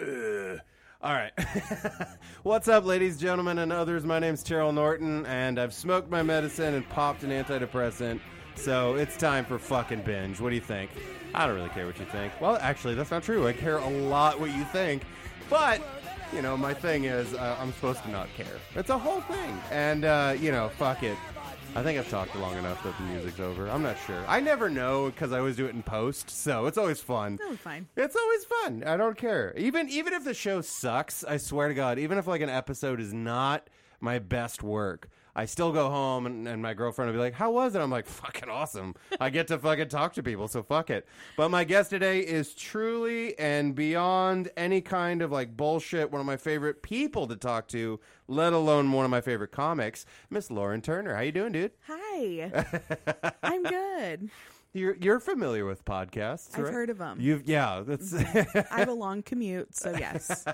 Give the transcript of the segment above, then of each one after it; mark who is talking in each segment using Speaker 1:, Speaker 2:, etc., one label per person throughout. Speaker 1: Ugh. All right. What's up, ladies, gentlemen, and others? My name's Cheryl Norton, and I've smoked my medicine and popped an antidepressant, so it's time for fucking binge. What do you think? I don't really care what you think. Well, actually, that's not true. I care a lot what you think, but, you know, my thing is uh, I'm supposed to not care. It's a whole thing. And, uh, you know, fuck it. I think I've talked long enough that the music's over. I'm not sure. I never know because I always do it in post, so it's always fun.
Speaker 2: Oh, fine.
Speaker 1: It's always fun. I don't care. Even even if the show sucks, I swear to God, even if like an episode is not my best work, I still go home and, and my girlfriend will be like, "How was it?" I'm like, "Fucking awesome." I get to fucking talk to people, so fuck it. But my guest today is truly and beyond any kind of like bullshit, one of my favorite people to talk to, let alone one of my favorite comics, Miss Lauren Turner. How you doing, dude?
Speaker 2: Hi. I'm good.
Speaker 1: You're you're familiar with podcasts,
Speaker 2: I've
Speaker 1: right?
Speaker 2: heard of 'em. Mm-hmm.
Speaker 1: You've yeah, that's
Speaker 2: I have a long commute, so yes.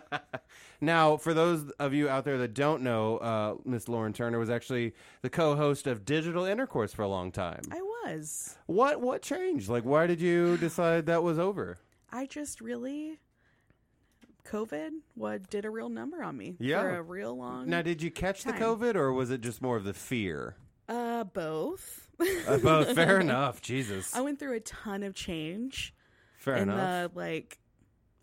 Speaker 1: Now, for those of you out there that don't know, uh, Miss Lauren Turner was actually the co-host of Digital Intercourse for a long time.
Speaker 2: I was.
Speaker 1: What what changed? Like, why did you decide that was over?
Speaker 2: I just really COVID what did a real number on me.
Speaker 1: Yeah.
Speaker 2: For a real long
Speaker 1: Now, did you catch the
Speaker 2: Time.
Speaker 1: COVID, or was it just more of the fear?
Speaker 2: uh both.
Speaker 1: Uh, both. Fair enough. Jesus.
Speaker 2: I uh, went through a ton of change
Speaker 1: Fair
Speaker 2: in
Speaker 1: enough. Uh-huh.
Speaker 2: the like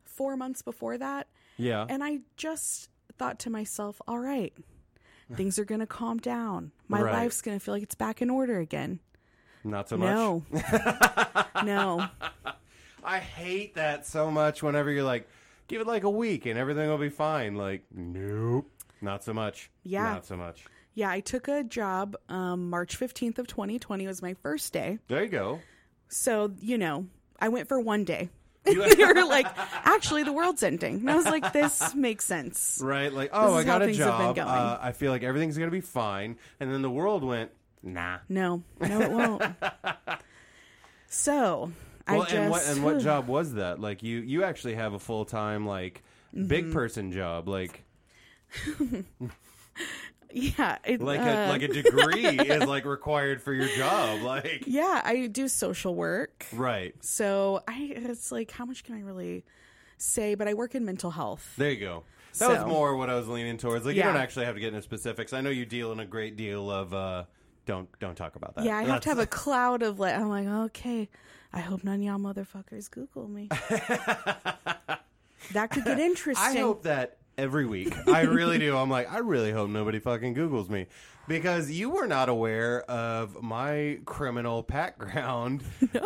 Speaker 2: four months before that.
Speaker 1: yeah.
Speaker 2: And I just thought to myself, all right, things are gonna calm down. My
Speaker 1: Right.
Speaker 2: life's gonna feel like it's back in order again.
Speaker 1: Not so much.
Speaker 2: No. no.
Speaker 1: I hate that so much. Whenever you're like, give it like a week and everything will be fine. Like, nope. Not so much.
Speaker 2: Yeah.
Speaker 1: Not so much.
Speaker 2: Yeah, I took a job um, March 15th of 2020 was my first day.
Speaker 1: There you go.
Speaker 2: So, you know, I went for one day.
Speaker 1: You-
Speaker 2: they were like, actually, the world's ending. And I was like, this makes sense.
Speaker 1: Right? Like, oh,
Speaker 2: This
Speaker 1: I
Speaker 2: is how
Speaker 1: got a
Speaker 2: things have been
Speaker 1: job.
Speaker 2: going.
Speaker 1: Uh, I feel like everything's going to be fine. And then the world went, nah.
Speaker 2: No, no, it won't. so I
Speaker 1: Well,
Speaker 2: just.
Speaker 1: and what and what job was that? Like, you you actually have a full time like
Speaker 2: Mm-hmm.
Speaker 1: big person job, like
Speaker 2: Yeah. It,
Speaker 1: like
Speaker 2: uh,
Speaker 1: a, like a degree is like required for your job, like
Speaker 2: yeah, I do social work.
Speaker 1: right.
Speaker 2: So I, it's like, how much can I really say? But I work in mental health.
Speaker 1: There you go. That was
Speaker 2: So-
Speaker 1: more what I was leaning towards. Like, you
Speaker 2: Yeah.
Speaker 1: don't actually have to get into specifics. I know you deal in a great deal of uh, don't don't talk about that.
Speaker 2: Yeah, I have to
Speaker 1: Uh, That's-
Speaker 2: have a cloud of like. I'm like, okay, I hope none of y'all motherfuckers Google me. that could get
Speaker 1: I
Speaker 2: interesting.
Speaker 1: hope that every week. I really do. I'm like, I really hope nobody fucking Googles me because you were not aware of my criminal background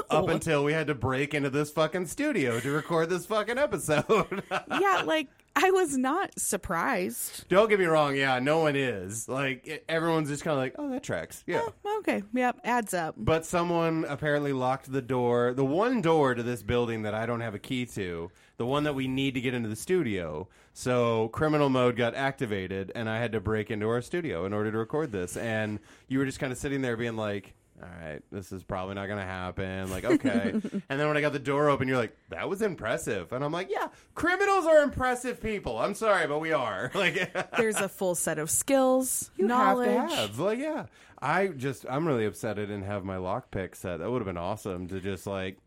Speaker 1: up until we had to break into this fucking studio to record this fucking episode.
Speaker 2: yeah, like I was not surprised.
Speaker 1: Don't get me wrong. Yeah, no one is. Like, e- everyone's just kind of like, oh, that tracks. Yeah.
Speaker 2: Okay, yep, adds up.
Speaker 1: But someone apparently locked the door, the one door to this building that I don't have a key to, the one that we need to get into the studio. So criminal mode got activated, and I had to break into our studio in order to record this. And you were just kind of sitting there being like, all right, this is probably not going to happen. Like, okay. and then when I got the door open, you're like, that was impressive. And I'm like, yeah, criminals are impressive people. I'm sorry, but we are. Like,
Speaker 2: There's a full set of skills, knowledge.
Speaker 1: have to have. Like, yeah. I just, I'm really upset I didn't have my lockpick set. That would have been awesome to just like,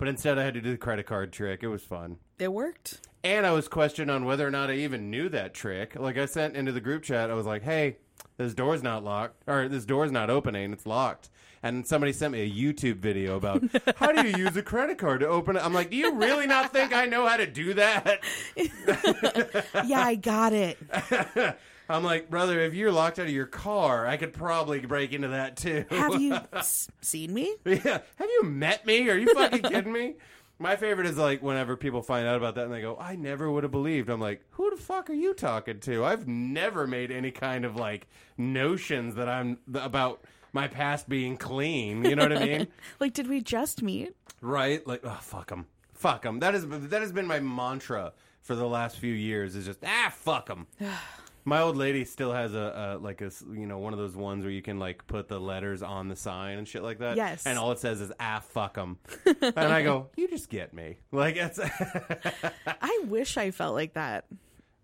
Speaker 1: but instead I had to do the credit card trick. It was fun.
Speaker 2: It worked.
Speaker 1: And I was questioned on whether or not I even knew that trick. Like, I sent into the group chat, I was like, hey, this door's not locked, or this door's not opening, it's locked. And somebody sent me a YouTube video about how do you use a credit card to open it. I'm like, do you really not think I know how to do that?
Speaker 2: Yeah, I got it.
Speaker 1: I'm like, brother, if you're locked out of your car, I could probably break into that too.
Speaker 2: Have you s- seen me?
Speaker 1: Yeah. Have you met me? Are you fucking kidding me? My favorite is like whenever people find out about that and they go, I never would have believed. I'm like, who the fuck are you talking to? I've never made any kind of like notions that I'm th- about my past being clean. You know what I mean?
Speaker 2: Like, did we just meet?
Speaker 1: right? Like, oh, fuck them. Fuck them. That, is, that has been my mantra for the last few years is just, ah, fuck them. My old lady still has a, a like a s- you know one of those ones where you can like put the letters on the sign and shit like that.
Speaker 2: Yes.
Speaker 1: And all it says is ah fuck 'em," and I go, you just get me. Like it's,
Speaker 2: I wish I felt like that.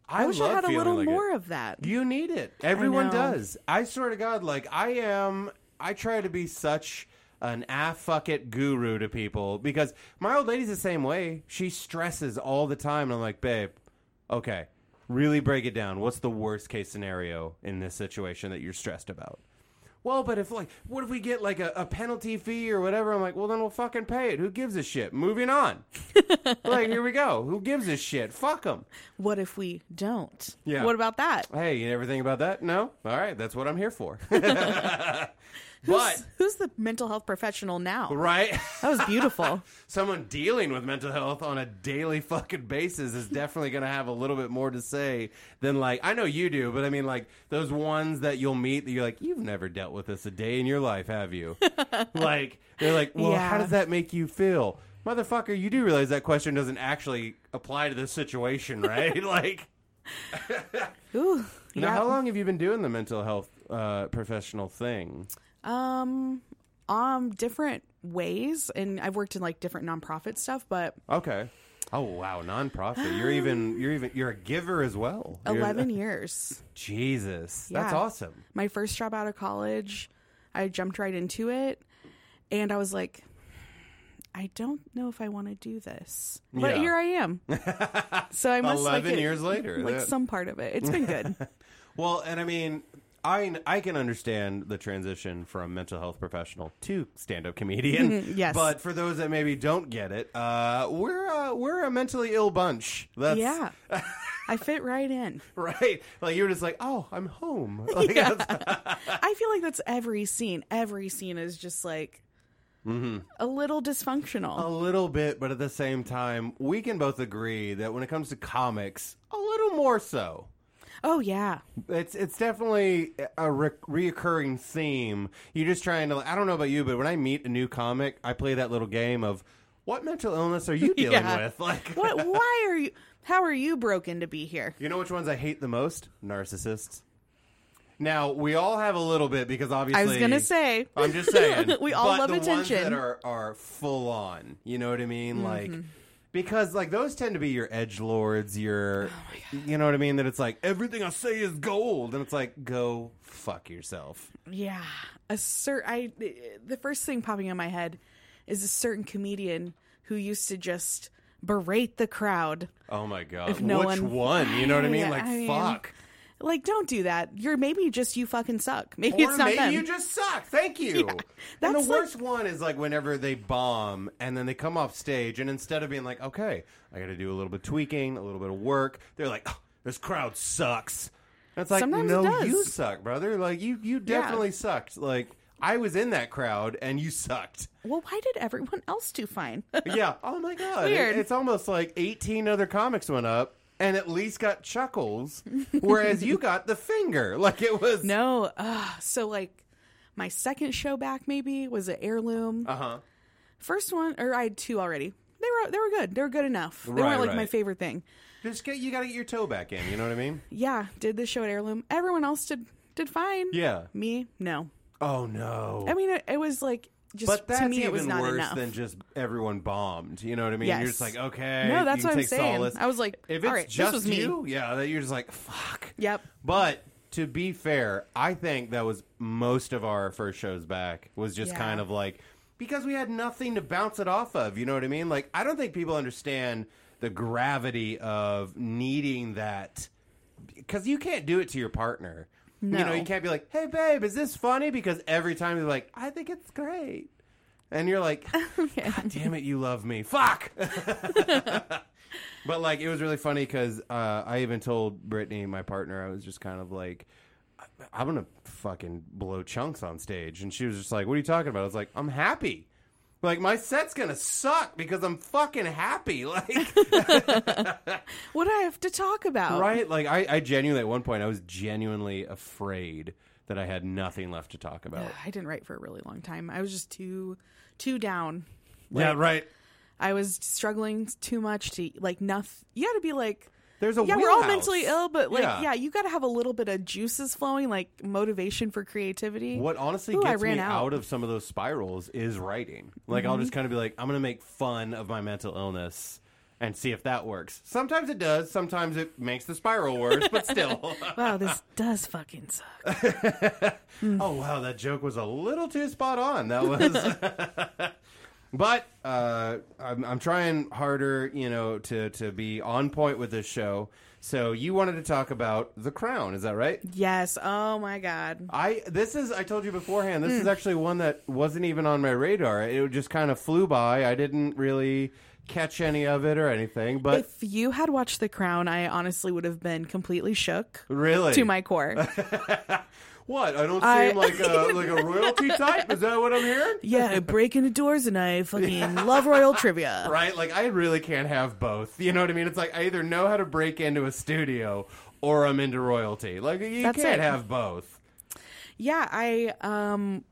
Speaker 1: I,
Speaker 2: I wish I
Speaker 1: love
Speaker 2: had a
Speaker 1: feeling
Speaker 2: little
Speaker 1: like it.
Speaker 2: more of that.
Speaker 1: You need it. Everyone
Speaker 2: know.
Speaker 1: does. I swear to God, like I am. I try to be such an ah fuck it guru to people because my old lady's the same way. She stresses all the time, and I'm like, babe, okay, really break it down. What's the worst case scenario in this situation that you're stressed about? Well, but if like, what if we get like a, a penalty fee or whatever? I'm like, well, then we'll fucking pay it. Who gives a shit? Moving on. like, here we go. Who gives a shit? Fuck them.
Speaker 2: What if we don't?
Speaker 1: Yeah.
Speaker 2: What about that?
Speaker 1: Hey, you never think about that? No? All right, that's what I'm here for. but,
Speaker 2: Who's the mental health professional now?
Speaker 1: right?
Speaker 2: That was beautiful.
Speaker 1: Someone dealing with mental health on a daily fucking basis is definitely going to have a little bit more to say than, like, I know you do, but I mean, like, those ones that you'll meet that you're like, you've never dealt with this a day in your life, have you? like, they're like, well,
Speaker 2: Yeah.
Speaker 1: how does that make you feel? Motherfucker, you do realize that question doesn't actually apply to this situation, right? like,
Speaker 2: Ooh.
Speaker 1: now,
Speaker 2: Yeah.
Speaker 1: how long have you been doing the mental health uh, professional thing?
Speaker 2: Um, um, different ways, and I've worked in like different nonprofit stuff, but
Speaker 1: Okay. Oh wow, nonprofit. You're even you're even you're a giver as well. You're-
Speaker 2: eleven years.
Speaker 1: Jesus, that's
Speaker 2: Yeah.
Speaker 1: awesome.
Speaker 2: My first job out of college, I jumped right into it, and I was like, I don't know if I want to do this, but
Speaker 1: Yeah.
Speaker 2: here I am. so I must like
Speaker 1: 11
Speaker 2: it-
Speaker 1: years later,
Speaker 2: like
Speaker 1: that-
Speaker 2: some part of it. It's been good.
Speaker 1: Well, and I mean, I I can understand the transition from mental health professional to stand up comedian.
Speaker 2: yes.
Speaker 1: But for those that maybe don't get it, uh, we're uh, we're a mentally ill bunch. That's
Speaker 2: yeah, I fit right in.
Speaker 1: right. Like you're just like, oh, I'm home. Like, that's-
Speaker 2: I feel like that's every scene. Every scene is just like a little dysfunctional.
Speaker 1: A little bit, but at the same time, we can both agree that when it comes to comics, a little more so.
Speaker 2: oh yeah.
Speaker 1: It's it's definitely a re- reoccurring theme. You're just trying to. I don't know about you, but when I meet a new comic, I play that little game of what mental illness are you dealing
Speaker 2: Yeah.
Speaker 1: with? Like,
Speaker 2: What? Why are you? How are you broken to be here?
Speaker 1: you know which ones I hate the most? Narcissists. Now we all have a little bit because obviously
Speaker 2: I was gonna say.
Speaker 1: I'm just saying.
Speaker 2: We all
Speaker 1: but
Speaker 2: love
Speaker 1: the Ones that
Speaker 2: attention. Mm-hmm.
Speaker 1: are are full on. You know what I mean? Like because like those tend to be your edge lords.
Speaker 2: Oh
Speaker 1: Your you know what I mean? That it's like everything I say is gold, and it's like go fuck yourself.
Speaker 2: Yeah, a cer I the first thing popping in my head is a certain comedian who used to just berate the crowd.
Speaker 1: Oh my god!
Speaker 2: If no
Speaker 1: Which
Speaker 2: one-
Speaker 1: one? You know what I mean?
Speaker 2: Yeah,
Speaker 1: Like
Speaker 2: I mean,
Speaker 1: fuck.
Speaker 2: Like, don't do that. You're maybe just you fucking suck. Maybe
Speaker 1: or
Speaker 2: it's not
Speaker 1: maybe
Speaker 2: them.
Speaker 1: you just suck. Thank you. and the
Speaker 2: That's like-
Speaker 1: worst one is like whenever they bomb and then they come off stage and instead of being like, okay, I got to do a little bit of tweaking, a little bit of work, they're like, oh, this crowd sucks. And it's like,
Speaker 2: Sometimes it
Speaker 1: no,
Speaker 2: does.
Speaker 1: you suck, brother. Like you, you definitely sucked. Like I was in that crowd and you sucked.
Speaker 2: well, why did everyone else do fine?
Speaker 1: yeah. Oh my god. It-
Speaker 2: Weird.
Speaker 1: it's almost like 18 other comics went up. And at least got chuckles, whereas you got the finger. Like it was
Speaker 2: no. Uh, so like, my second show back maybe was at heirloom. Uh
Speaker 1: Uh-huh.
Speaker 2: First one, or I had two already. They were they were good. They were good enough. They
Speaker 1: Right,
Speaker 2: weren't like my
Speaker 1: right.
Speaker 2: favorite thing.
Speaker 1: Just get you got to get your toe back in. You know what I mean?
Speaker 2: yeah, did the show at Heirloom. Everyone else did did fine.
Speaker 1: Yeah.
Speaker 2: Me, no.
Speaker 1: Oh no.
Speaker 2: I mean, it, it was like just
Speaker 1: but that's
Speaker 2: to me,
Speaker 1: even
Speaker 2: it was not
Speaker 1: worse
Speaker 2: enough.
Speaker 1: than just everyone bombed. You know what I mean? You're
Speaker 2: Yes.
Speaker 1: just like, okay.
Speaker 2: No,
Speaker 1: you can
Speaker 2: that's what I'm
Speaker 1: take
Speaker 2: saying.
Speaker 1: solace.
Speaker 2: I was like,
Speaker 1: if it's
Speaker 2: all right, this
Speaker 1: just
Speaker 2: was me.
Speaker 1: you, yeah, that you're just like, fuck.
Speaker 2: Yep.
Speaker 1: But to be fair, I think that was most of our first shows back was just
Speaker 2: Yeah.
Speaker 1: kind of like because we had nothing to bounce it off of. You know what I mean? Like I don't think people understand the gravity of needing that because you can't do it to your partner. You know,
Speaker 2: No.
Speaker 1: you can't be like, "Hey, babe, is this funny?" Because every time you're like, "I think it's great," and you're like, "God damn it, you love me, fuck." But like, it was really funny because uh, I even told Brittany, my partner, I was just kind of like, I- "I'm gonna fucking blow chunks on stage," and she was just like, "What are you talking about?" I was like, "I'm happy." Like my set's gonna suck because I'm fucking happy. Like,
Speaker 2: What do I have to talk about?
Speaker 1: right? Like I, I genuinely at one point I was genuinely afraid that I had nothing left to talk about.
Speaker 2: I didn't write for a really long time. I was just too too down.
Speaker 1: yeah, right.
Speaker 2: I was struggling too much to like nothing. You got to be like.
Speaker 1: There's a
Speaker 2: yeah, we're all
Speaker 1: wheelhouse.
Speaker 2: mentally ill, but like,
Speaker 1: Yeah.
Speaker 2: yeah, you got to have a little bit of juices flowing, like motivation for creativity.
Speaker 1: What honestly
Speaker 2: Ooh, I
Speaker 1: gets me
Speaker 2: ran
Speaker 1: out.
Speaker 2: out. Mm-hmm.
Speaker 1: of some of those spirals is writing. Like I'll just kind of be like, I'm gonna make fun of my mental illness, and see if that works. Sometimes it does. Sometimes it makes the spiral worse, but still.
Speaker 2: Wow, this does fucking suck.
Speaker 1: oh wow, that joke was a little too spot on. That was. but uh, I'm, I'm trying harder, you know, to to be on point with this show. So you wanted to talk about The Crown, is that right?
Speaker 2: Yes. Oh my god.
Speaker 1: I this is I told you beforehand. This is
Speaker 2: Hmm.
Speaker 1: actually one that wasn't even on my radar. It just kind of flew by. I didn't really catch any of it or anything. But
Speaker 2: If you had watched The Crown, I honestly would have been completely shook
Speaker 1: really,
Speaker 2: to my core.
Speaker 1: what I don't seem
Speaker 2: I-
Speaker 1: like a like a royalty type. Is that what I'm hearing?
Speaker 2: yeah, I break into doors and I fucking love royal trivia.
Speaker 1: Right? Like I really can't have both. You know what I mean? It's like I either know how to break into a studio or I'm into royalty. Like you
Speaker 2: That's
Speaker 1: can't
Speaker 2: it.
Speaker 1: have both.
Speaker 2: Yeah, I um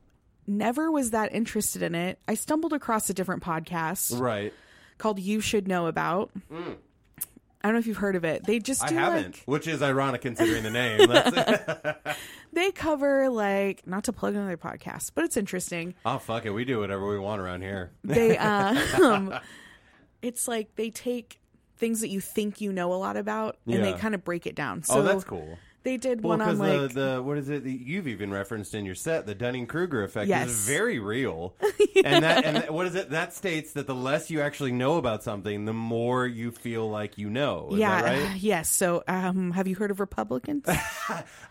Speaker 2: never was that interested in it. I stumbled across a different podcast
Speaker 1: Right.
Speaker 2: called You Should Know About. I don't know if you've heard of it. They just
Speaker 1: Mm. I
Speaker 2: do
Speaker 1: haven't,
Speaker 2: like
Speaker 1: which is ironic considering the name. That's it.
Speaker 2: they cover like not to plug another podcast, but it's interesting.
Speaker 1: oh fuck it, we do whatever we want around here.
Speaker 2: They um it's like they take things that you think you know a lot about and they
Speaker 1: Yeah.
Speaker 2: kind of break it down. So
Speaker 1: oh, that's cool.
Speaker 2: They did
Speaker 1: Well,
Speaker 2: one on
Speaker 1: because
Speaker 2: like
Speaker 1: the, the what is it that you've even referenced in your set, the Dunning Kruger effect
Speaker 2: Yes.
Speaker 1: is very real, and that and that, what is it that states that the less you actually know about something, the more you feel like you know. Is
Speaker 2: yeah,
Speaker 1: that right?
Speaker 2: yes. So, um, have you heard of Republicans?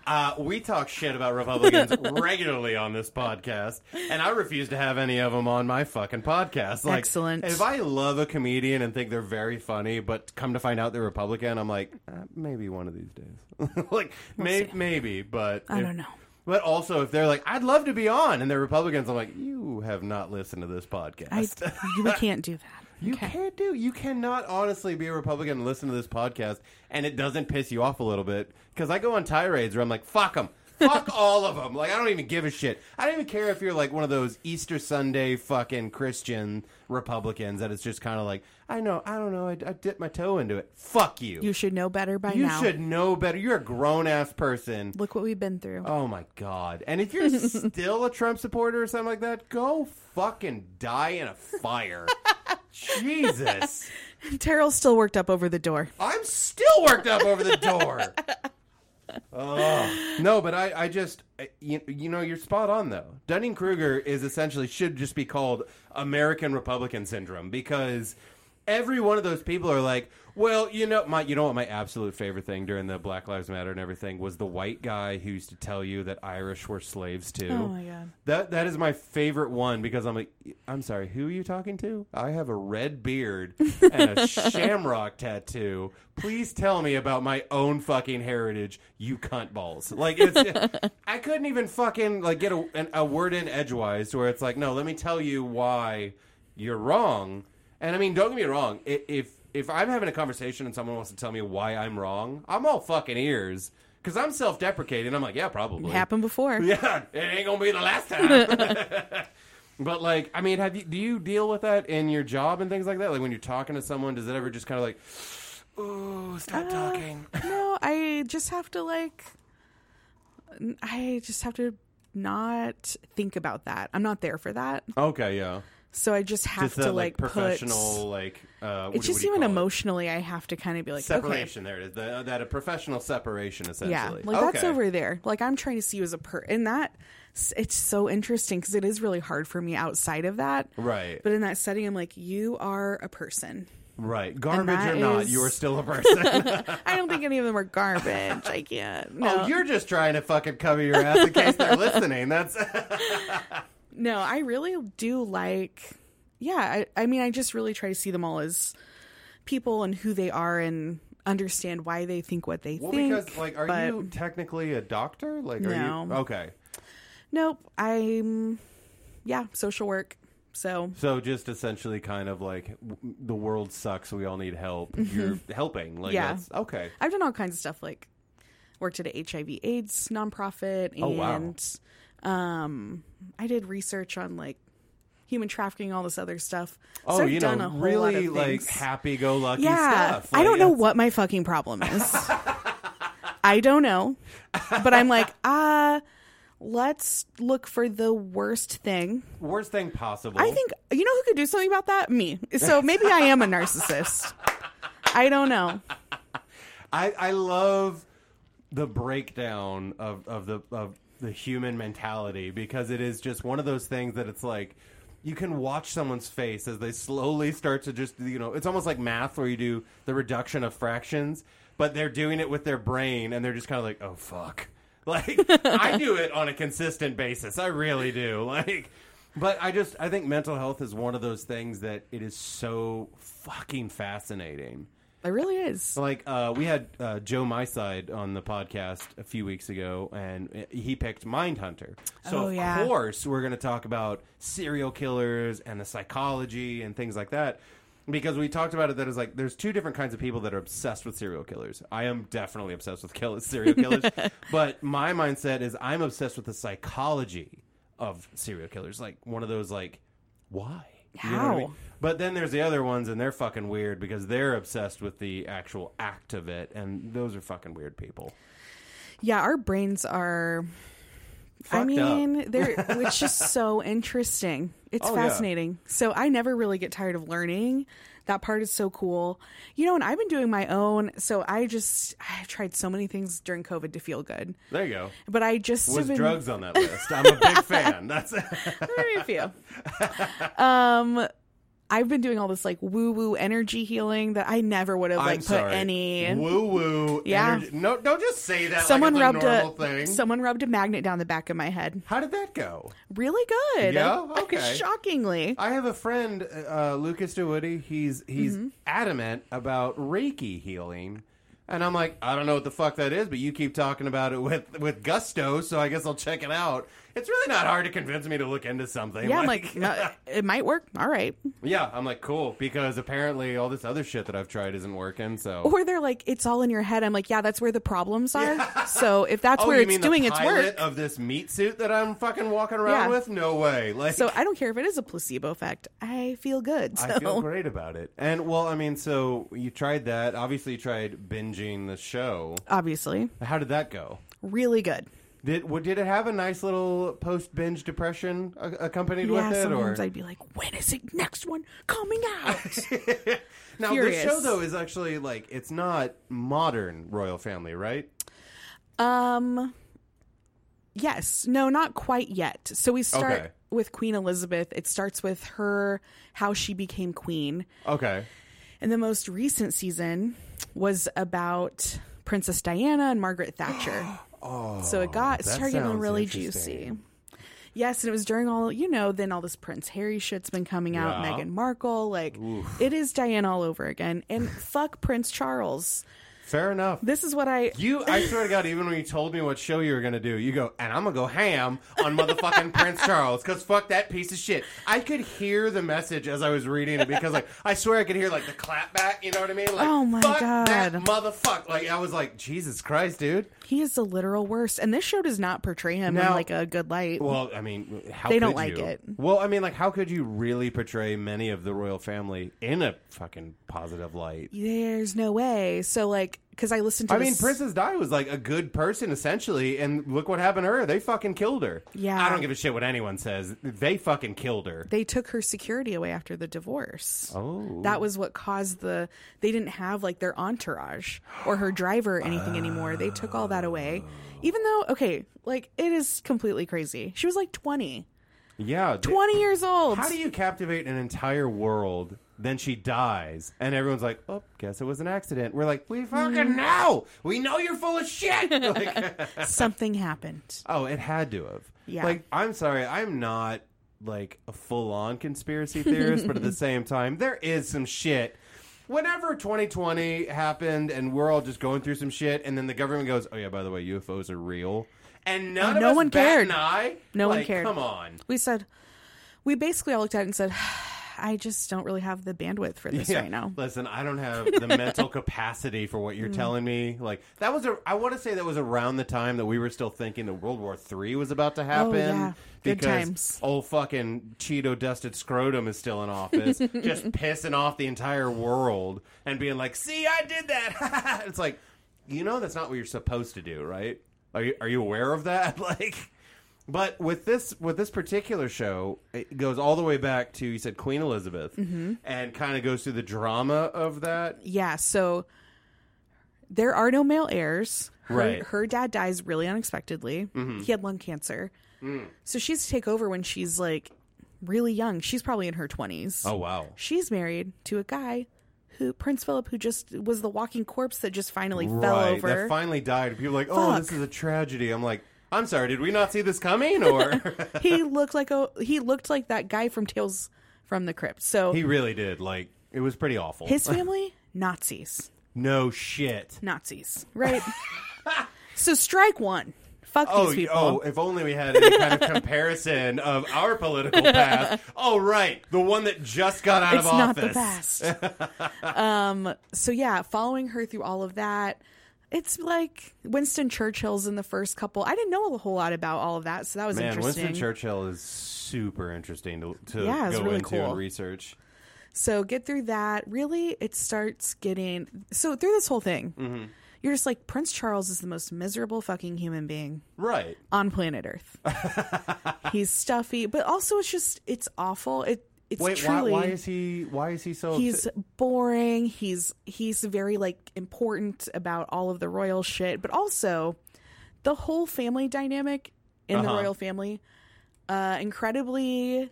Speaker 1: Uh, we talk shit about Republicans regularly on this podcast, and I refuse to have any of them on my fucking podcast. Like,
Speaker 2: Excellent.
Speaker 1: If I love a comedian and think they're very funny, but come to find out they're Republican, I'm like, uh, maybe one of these days. like, may- maybe, but
Speaker 2: I
Speaker 1: if-
Speaker 2: don't know.
Speaker 1: But also, if they're like, I'd love to be on, and they're Republicans, I'm like, you have not listened to this
Speaker 2: I,
Speaker 1: podcast.
Speaker 2: you- we can't do that.
Speaker 1: you
Speaker 2: okay.
Speaker 1: can't do. You cannot honestly be a Republican and listen to this podcast, and it doesn't piss you off a little bit because I go on tirades where I'm like, fuck them. Fuck all of them. Like, I don't even give a shit. I don't even care if you're like one of those Easter Sunday fucking Christian Republicans that it's just kind of like, I know, I don't know, I, I dipped my toe into it. Fuck you.
Speaker 2: You should know better by
Speaker 1: You
Speaker 2: now.
Speaker 1: should know better. You're a grown ass person.
Speaker 2: Look what we've been through.
Speaker 1: Oh my god! And if you're still a Trump supporter or something like that, go fucking die in a fire. Jesus,
Speaker 2: Terrell's still worked up over the door.
Speaker 1: I'm still worked up over the door. Oh. No, but I, I just, I- you, you know, you're spot on though. Dunning Kruger is essentially should just be called American Republican Syndrome because every one of those people are like, well, you know, my, you know what, my absolute favorite thing during the Black Lives Matter and everything was the white guy who used to tell you that Irish were slaves too.
Speaker 2: Oh my God.
Speaker 1: That that is my favorite one because I'm like, I'm sorry, who are you talking to? I have a red beard and a shamrock tattoo. Please tell me about my own fucking heritage, you cunt balls. Like it's, I couldn't even fucking like get a, an, a word in edgewise to where it's like, no, let me tell you why you're wrong. And I mean, don't get me wrong. i- If if I'm having a conversation and someone wants to tell me why I'm wrong, I'm all fucking ears because I'm self deprecating. I'm like, yeah, probably.
Speaker 2: Happened before.
Speaker 1: Yeah, it ain't gonna be the last time. but like, I mean, have you do you deal with that in your job and things like that? Like when you're talking to someone, does it ever just kind of like, ooh,
Speaker 2: Uh,
Speaker 1: stop talking?
Speaker 2: No, I just have to like. n- I just have to not think about that. I'm not there for that.
Speaker 1: Okay, yeah,
Speaker 2: So I just have
Speaker 1: just
Speaker 2: to
Speaker 1: that
Speaker 2: like,
Speaker 1: like, professional
Speaker 2: put.
Speaker 1: like. Uh, what
Speaker 2: It's
Speaker 1: do-
Speaker 2: just
Speaker 1: what do you
Speaker 2: even
Speaker 1: call it?
Speaker 2: emotionally, I have to kind of be like, okay,
Speaker 1: Separation. There it is. The, uh, that a professional separation essentially.
Speaker 2: Yeah, like that's
Speaker 1: Okay.
Speaker 2: over there. Like I'm trying to see you as a per, and that s- it's so interesting because it is really hard for me outside of that.
Speaker 1: Right.
Speaker 2: But in that setting, I'm like, you are a person.
Speaker 1: Right. Garbage
Speaker 2: that
Speaker 1: or not,
Speaker 2: is-
Speaker 1: you are still a person.
Speaker 2: I don't think any of them are garbage. I can't. No,
Speaker 1: oh, you're just trying to fucking cover your ass in case they're listening. That's
Speaker 2: no, I really do like. Yeah, I, I mean, I just really try to see them all as people and who they are and understand why they think what they
Speaker 1: well
Speaker 2: think.
Speaker 1: because like, are
Speaker 2: but
Speaker 1: you technically a doctor? Like, are you
Speaker 2: No.
Speaker 1: okay?
Speaker 2: Nope. I'm. Yeah, social work. So
Speaker 1: So just essentially, kind of like w- the world sucks. We all need help. You're helping. Like
Speaker 2: Mm-hmm. Yeah.
Speaker 1: that's okay.
Speaker 2: I've done all kinds of stuff like worked at a HIV AIDS nonprofit and
Speaker 1: Oh, wow.
Speaker 2: um I did research on like human trafficking, all this other stuff.
Speaker 1: Oh,
Speaker 2: so I've
Speaker 1: you
Speaker 2: done
Speaker 1: know,
Speaker 2: a whole lot
Speaker 1: really
Speaker 2: of
Speaker 1: like
Speaker 2: things.
Speaker 1: happy-go-lucky
Speaker 2: yeah.
Speaker 1: stuff.
Speaker 2: I
Speaker 1: Like,
Speaker 2: don't know
Speaker 1: it's-
Speaker 2: what my fucking problem is. I don't know. But I'm like, uh, let's look for the worst thing.
Speaker 1: worst thing possible.
Speaker 2: I think you know who could do something about that? Me. So maybe I am a narcissist. I don't know.
Speaker 1: I, I love the breakdown of, of the of the human mentality because it is just one of those things that it's like you can watch someone's face as they slowly start to just you know it's almost like math where you do the reduction of fractions but they're doing it with their brain and they're just kind of like oh fuck like I do it on a consistent basis I really do like but I just I think mental health is one of those things that it is so fucking fascinating
Speaker 2: It really is.
Speaker 1: like uh, we had uh, Joe My Side on the podcast a few weeks ago, and he picked Mindhunter. So
Speaker 2: Oh,
Speaker 1: of
Speaker 2: yeah.
Speaker 1: course we're going to talk about serial killers and the psychology and things like that. Because we talked about it, that is like there's two different kinds of people that are obsessed with serial killers. I am definitely obsessed with kill- serial killers, but my mindset is I'm obsessed with the psychology of serial killers. Like one of those like, why?
Speaker 2: How?
Speaker 1: But then there's the other ones, and they're fucking weird because they're obsessed with the actual act of it, and those are fucking weird people.
Speaker 2: Yeah, our brains are. I
Speaker 1: Fucked up.
Speaker 2: mean, they're which is so interesting. It's
Speaker 1: Oh, yeah.
Speaker 2: fascinating. So I never really get tired of learning. That part is so cool. You know, and I've been doing my own. So I just I've tried so many things during COVID to feel good,
Speaker 1: There you go.
Speaker 2: but I just
Speaker 1: Was
Speaker 2: have been,
Speaker 1: drugs on that list? I'm a big fan. That's
Speaker 2: Very few. Um, I've been doing all this like woo woo energy healing that I never would have like
Speaker 1: I'm
Speaker 2: put
Speaker 1: sorry.
Speaker 2: any.
Speaker 1: woo woo.
Speaker 2: Yeah.
Speaker 1: No, don't just say that.
Speaker 2: someone
Speaker 1: like
Speaker 2: rubbed
Speaker 1: it's a normal thing.
Speaker 2: someone rubbed a magnet down the back of my head.
Speaker 1: How did that go?
Speaker 2: Really good.
Speaker 1: Yeah? Okay.
Speaker 2: Shockingly.
Speaker 1: I have a friend, uh, Lucas DeWoody. He's he's
Speaker 2: Mm-hmm.
Speaker 1: adamant about Reiki healing, and I'm like, I don't know what the fuck that is, but you keep talking about it with with gusto, so I guess I'll check it out. It's really not hard to convince me to look into something.
Speaker 2: Yeah, I'm like, "No, it might work. All right.
Speaker 1: yeah, I'm like, cool, because apparently all this other shit that I've tried isn't working. So.
Speaker 2: Or they're like, it's all in your head. I'm like, yeah, that's where the problems are. So if that's
Speaker 1: Oh,
Speaker 2: where
Speaker 1: you
Speaker 2: it's
Speaker 1: mean
Speaker 2: doing
Speaker 1: the
Speaker 2: its
Speaker 1: pilot
Speaker 2: work.
Speaker 1: of this meat suit that I'm fucking walking around
Speaker 2: Yeah.
Speaker 1: with? No way! Like,
Speaker 2: So I don't care if it is a placebo effect. I feel good. So
Speaker 1: I feel great about it. And well, I mean, so you tried that. Obviously, you tried binging the show.
Speaker 2: obviously,
Speaker 1: How did that go?
Speaker 2: really good.
Speaker 1: Did what, did it have a nice little post binge depression a- accompanied
Speaker 2: Yeah,
Speaker 1: with it? Or
Speaker 2: sometimes I'd be like, when is the next one coming out?
Speaker 1: now this
Speaker 2: furious.
Speaker 1: show though is actually like it's not modern royal family, right?
Speaker 2: Um, yes, no, not quite yet. So we start
Speaker 1: Okay.
Speaker 2: with Queen Elizabeth. It starts with her how she became queen,
Speaker 1: Okay,
Speaker 2: and the most recent season was about Princess Diana and Margaret Thatcher. oh, so it got
Speaker 1: that
Speaker 2: started getting
Speaker 1: sounds
Speaker 2: really juicy.
Speaker 1: interesting.
Speaker 2: Yes, and it was during all you know. Then all this Prince Harry shit's been coming out.
Speaker 1: Yeah.
Speaker 2: Meghan Markle, like it is Diana all over again. And fuck Prince Charles.
Speaker 1: fair enough.
Speaker 2: This is what I
Speaker 1: You, I swear to God, even when you told me what show you were gonna do, you go, and I'm gonna go ham on motherfucking Prince Charles, cause fuck that piece of shit. I could hear the message as I was reading it because, like, I swear I could hear like the clap back. You know what I mean? Like,
Speaker 2: Oh my
Speaker 1: fuck
Speaker 2: God.
Speaker 1: that motherfucker! Like, I was like, Jesus Christ, dude.
Speaker 2: He is the literal worst, and this show does not portray him in
Speaker 1: Now-
Speaker 2: like a good light.
Speaker 1: Well, I mean, how
Speaker 2: They
Speaker 1: could
Speaker 2: don't like
Speaker 1: you?
Speaker 2: it.
Speaker 1: Well, I mean, like, how could you really portray many of the royal family in a fucking positive light?
Speaker 2: There's no way. So like, because I listened to.
Speaker 1: I mean,
Speaker 2: this-
Speaker 1: Princess Di was like a good person essentially, and look what happened to her. They fucking killed her.
Speaker 2: Yeah.
Speaker 1: I don't give a shit what anyone says. They fucking killed her.
Speaker 2: they took her security away after the divorce.
Speaker 1: Oh.
Speaker 2: That was what caused the. They didn't have like their entourage or her driver or anything anymore. They took all that away. Even though, okay, like it is completely crazy. She was like 20,
Speaker 1: Yeah. they-
Speaker 2: 20 years old.
Speaker 1: How do you captivate an entire world? Then she dies, and everyone's like, "Oh, guess it was an accident." We're like, "We fucking know. We know you're full of shit." Like,
Speaker 2: Something happened.
Speaker 1: oh, it had to have.
Speaker 2: Yeah.
Speaker 1: Like, I'm sorry, I'm not like a full-on conspiracy theorist, but at the same time, there is some shit. Whenever 2020 happened, and we're all just going through some shit, and then the government goes, "Oh yeah, by the way, UFOs are real," and none
Speaker 2: And
Speaker 1: of
Speaker 2: no
Speaker 1: us
Speaker 2: one
Speaker 1: bat
Speaker 2: cared.
Speaker 1: An eye.
Speaker 2: No one
Speaker 1: Like,
Speaker 2: cared.
Speaker 1: Come on.
Speaker 2: We said, we basically all looked at it and said, I just don't really have the bandwidth for this
Speaker 1: Yeah.
Speaker 2: right now.
Speaker 1: Listen, I don't have the mental capacity for
Speaker 2: Mm.
Speaker 1: what you're telling me. Like that was a I want to say that was around the time that we were still thinking that World War III was about to happen.
Speaker 2: Oh, yeah. Good
Speaker 1: Because
Speaker 2: times.
Speaker 1: old fucking Cheeto dusted scrotum is still in office, just pissing off the entire world and being like, see, I did that. it's like, you know that's not what you're supposed to do, right? Are you are you aware of that? like But with this with this particular show, it goes all the way back to you said Queen Elizabeth,
Speaker 2: Mm-hmm.
Speaker 1: and kind of goes through the drama of that.
Speaker 2: Yeah, so there are no male heirs. Her,
Speaker 1: Right. Mm-hmm.
Speaker 2: Her dad dies really unexpectedly. He had lung cancer.
Speaker 1: Mm.
Speaker 2: So she's to take over when she's like really young. She's probably in her 20s.
Speaker 1: Oh wow,
Speaker 2: She's married to a guy who, Prince Philip, who just was the walking corpse that just finally fell over.
Speaker 1: that finally died. People are like, oh, this
Speaker 2: Fuck.
Speaker 1: is a tragedy. I'm like, I'm sorry, did we not see this coming? Or
Speaker 2: he looked like a he looked like that guy from Tales from the Crypt. So
Speaker 1: he really did. Like it was pretty awful.
Speaker 2: his family Nazis,
Speaker 1: no shit.
Speaker 2: Nazis, right? so strike one. Fuck
Speaker 1: Oh,
Speaker 2: these people.
Speaker 1: oh, if only we had any kind of comparison of our political past. Oh, right. The one that just got out
Speaker 2: it's
Speaker 1: of
Speaker 2: not
Speaker 1: office.
Speaker 2: the best. um. So yeah, following her through all of that. It's like Winston Churchill's in the first couple. I didn't know a whole lot about all of that, so that was
Speaker 1: Man,
Speaker 2: interesting.
Speaker 1: Winston Churchill is super interesting to, to
Speaker 2: Yeah, it's
Speaker 1: go
Speaker 2: really
Speaker 1: into
Speaker 2: cool.
Speaker 1: and research.
Speaker 2: So get through that. Really, it starts getting so through this whole thing.
Speaker 1: Mm-hmm.
Speaker 2: You're just like Prince Charles is the most miserable fucking human being.
Speaker 1: Right.
Speaker 2: on planet Earth. he's stuffy, but also it's just it's awful. It it's
Speaker 1: Wait,
Speaker 2: truly
Speaker 1: why, why is he? Why is he so?
Speaker 2: he's boring. He's he's very like important about all of the royal shit, but also the whole family dynamic in the
Speaker 1: Uh-huh.
Speaker 2: royal family uh incredibly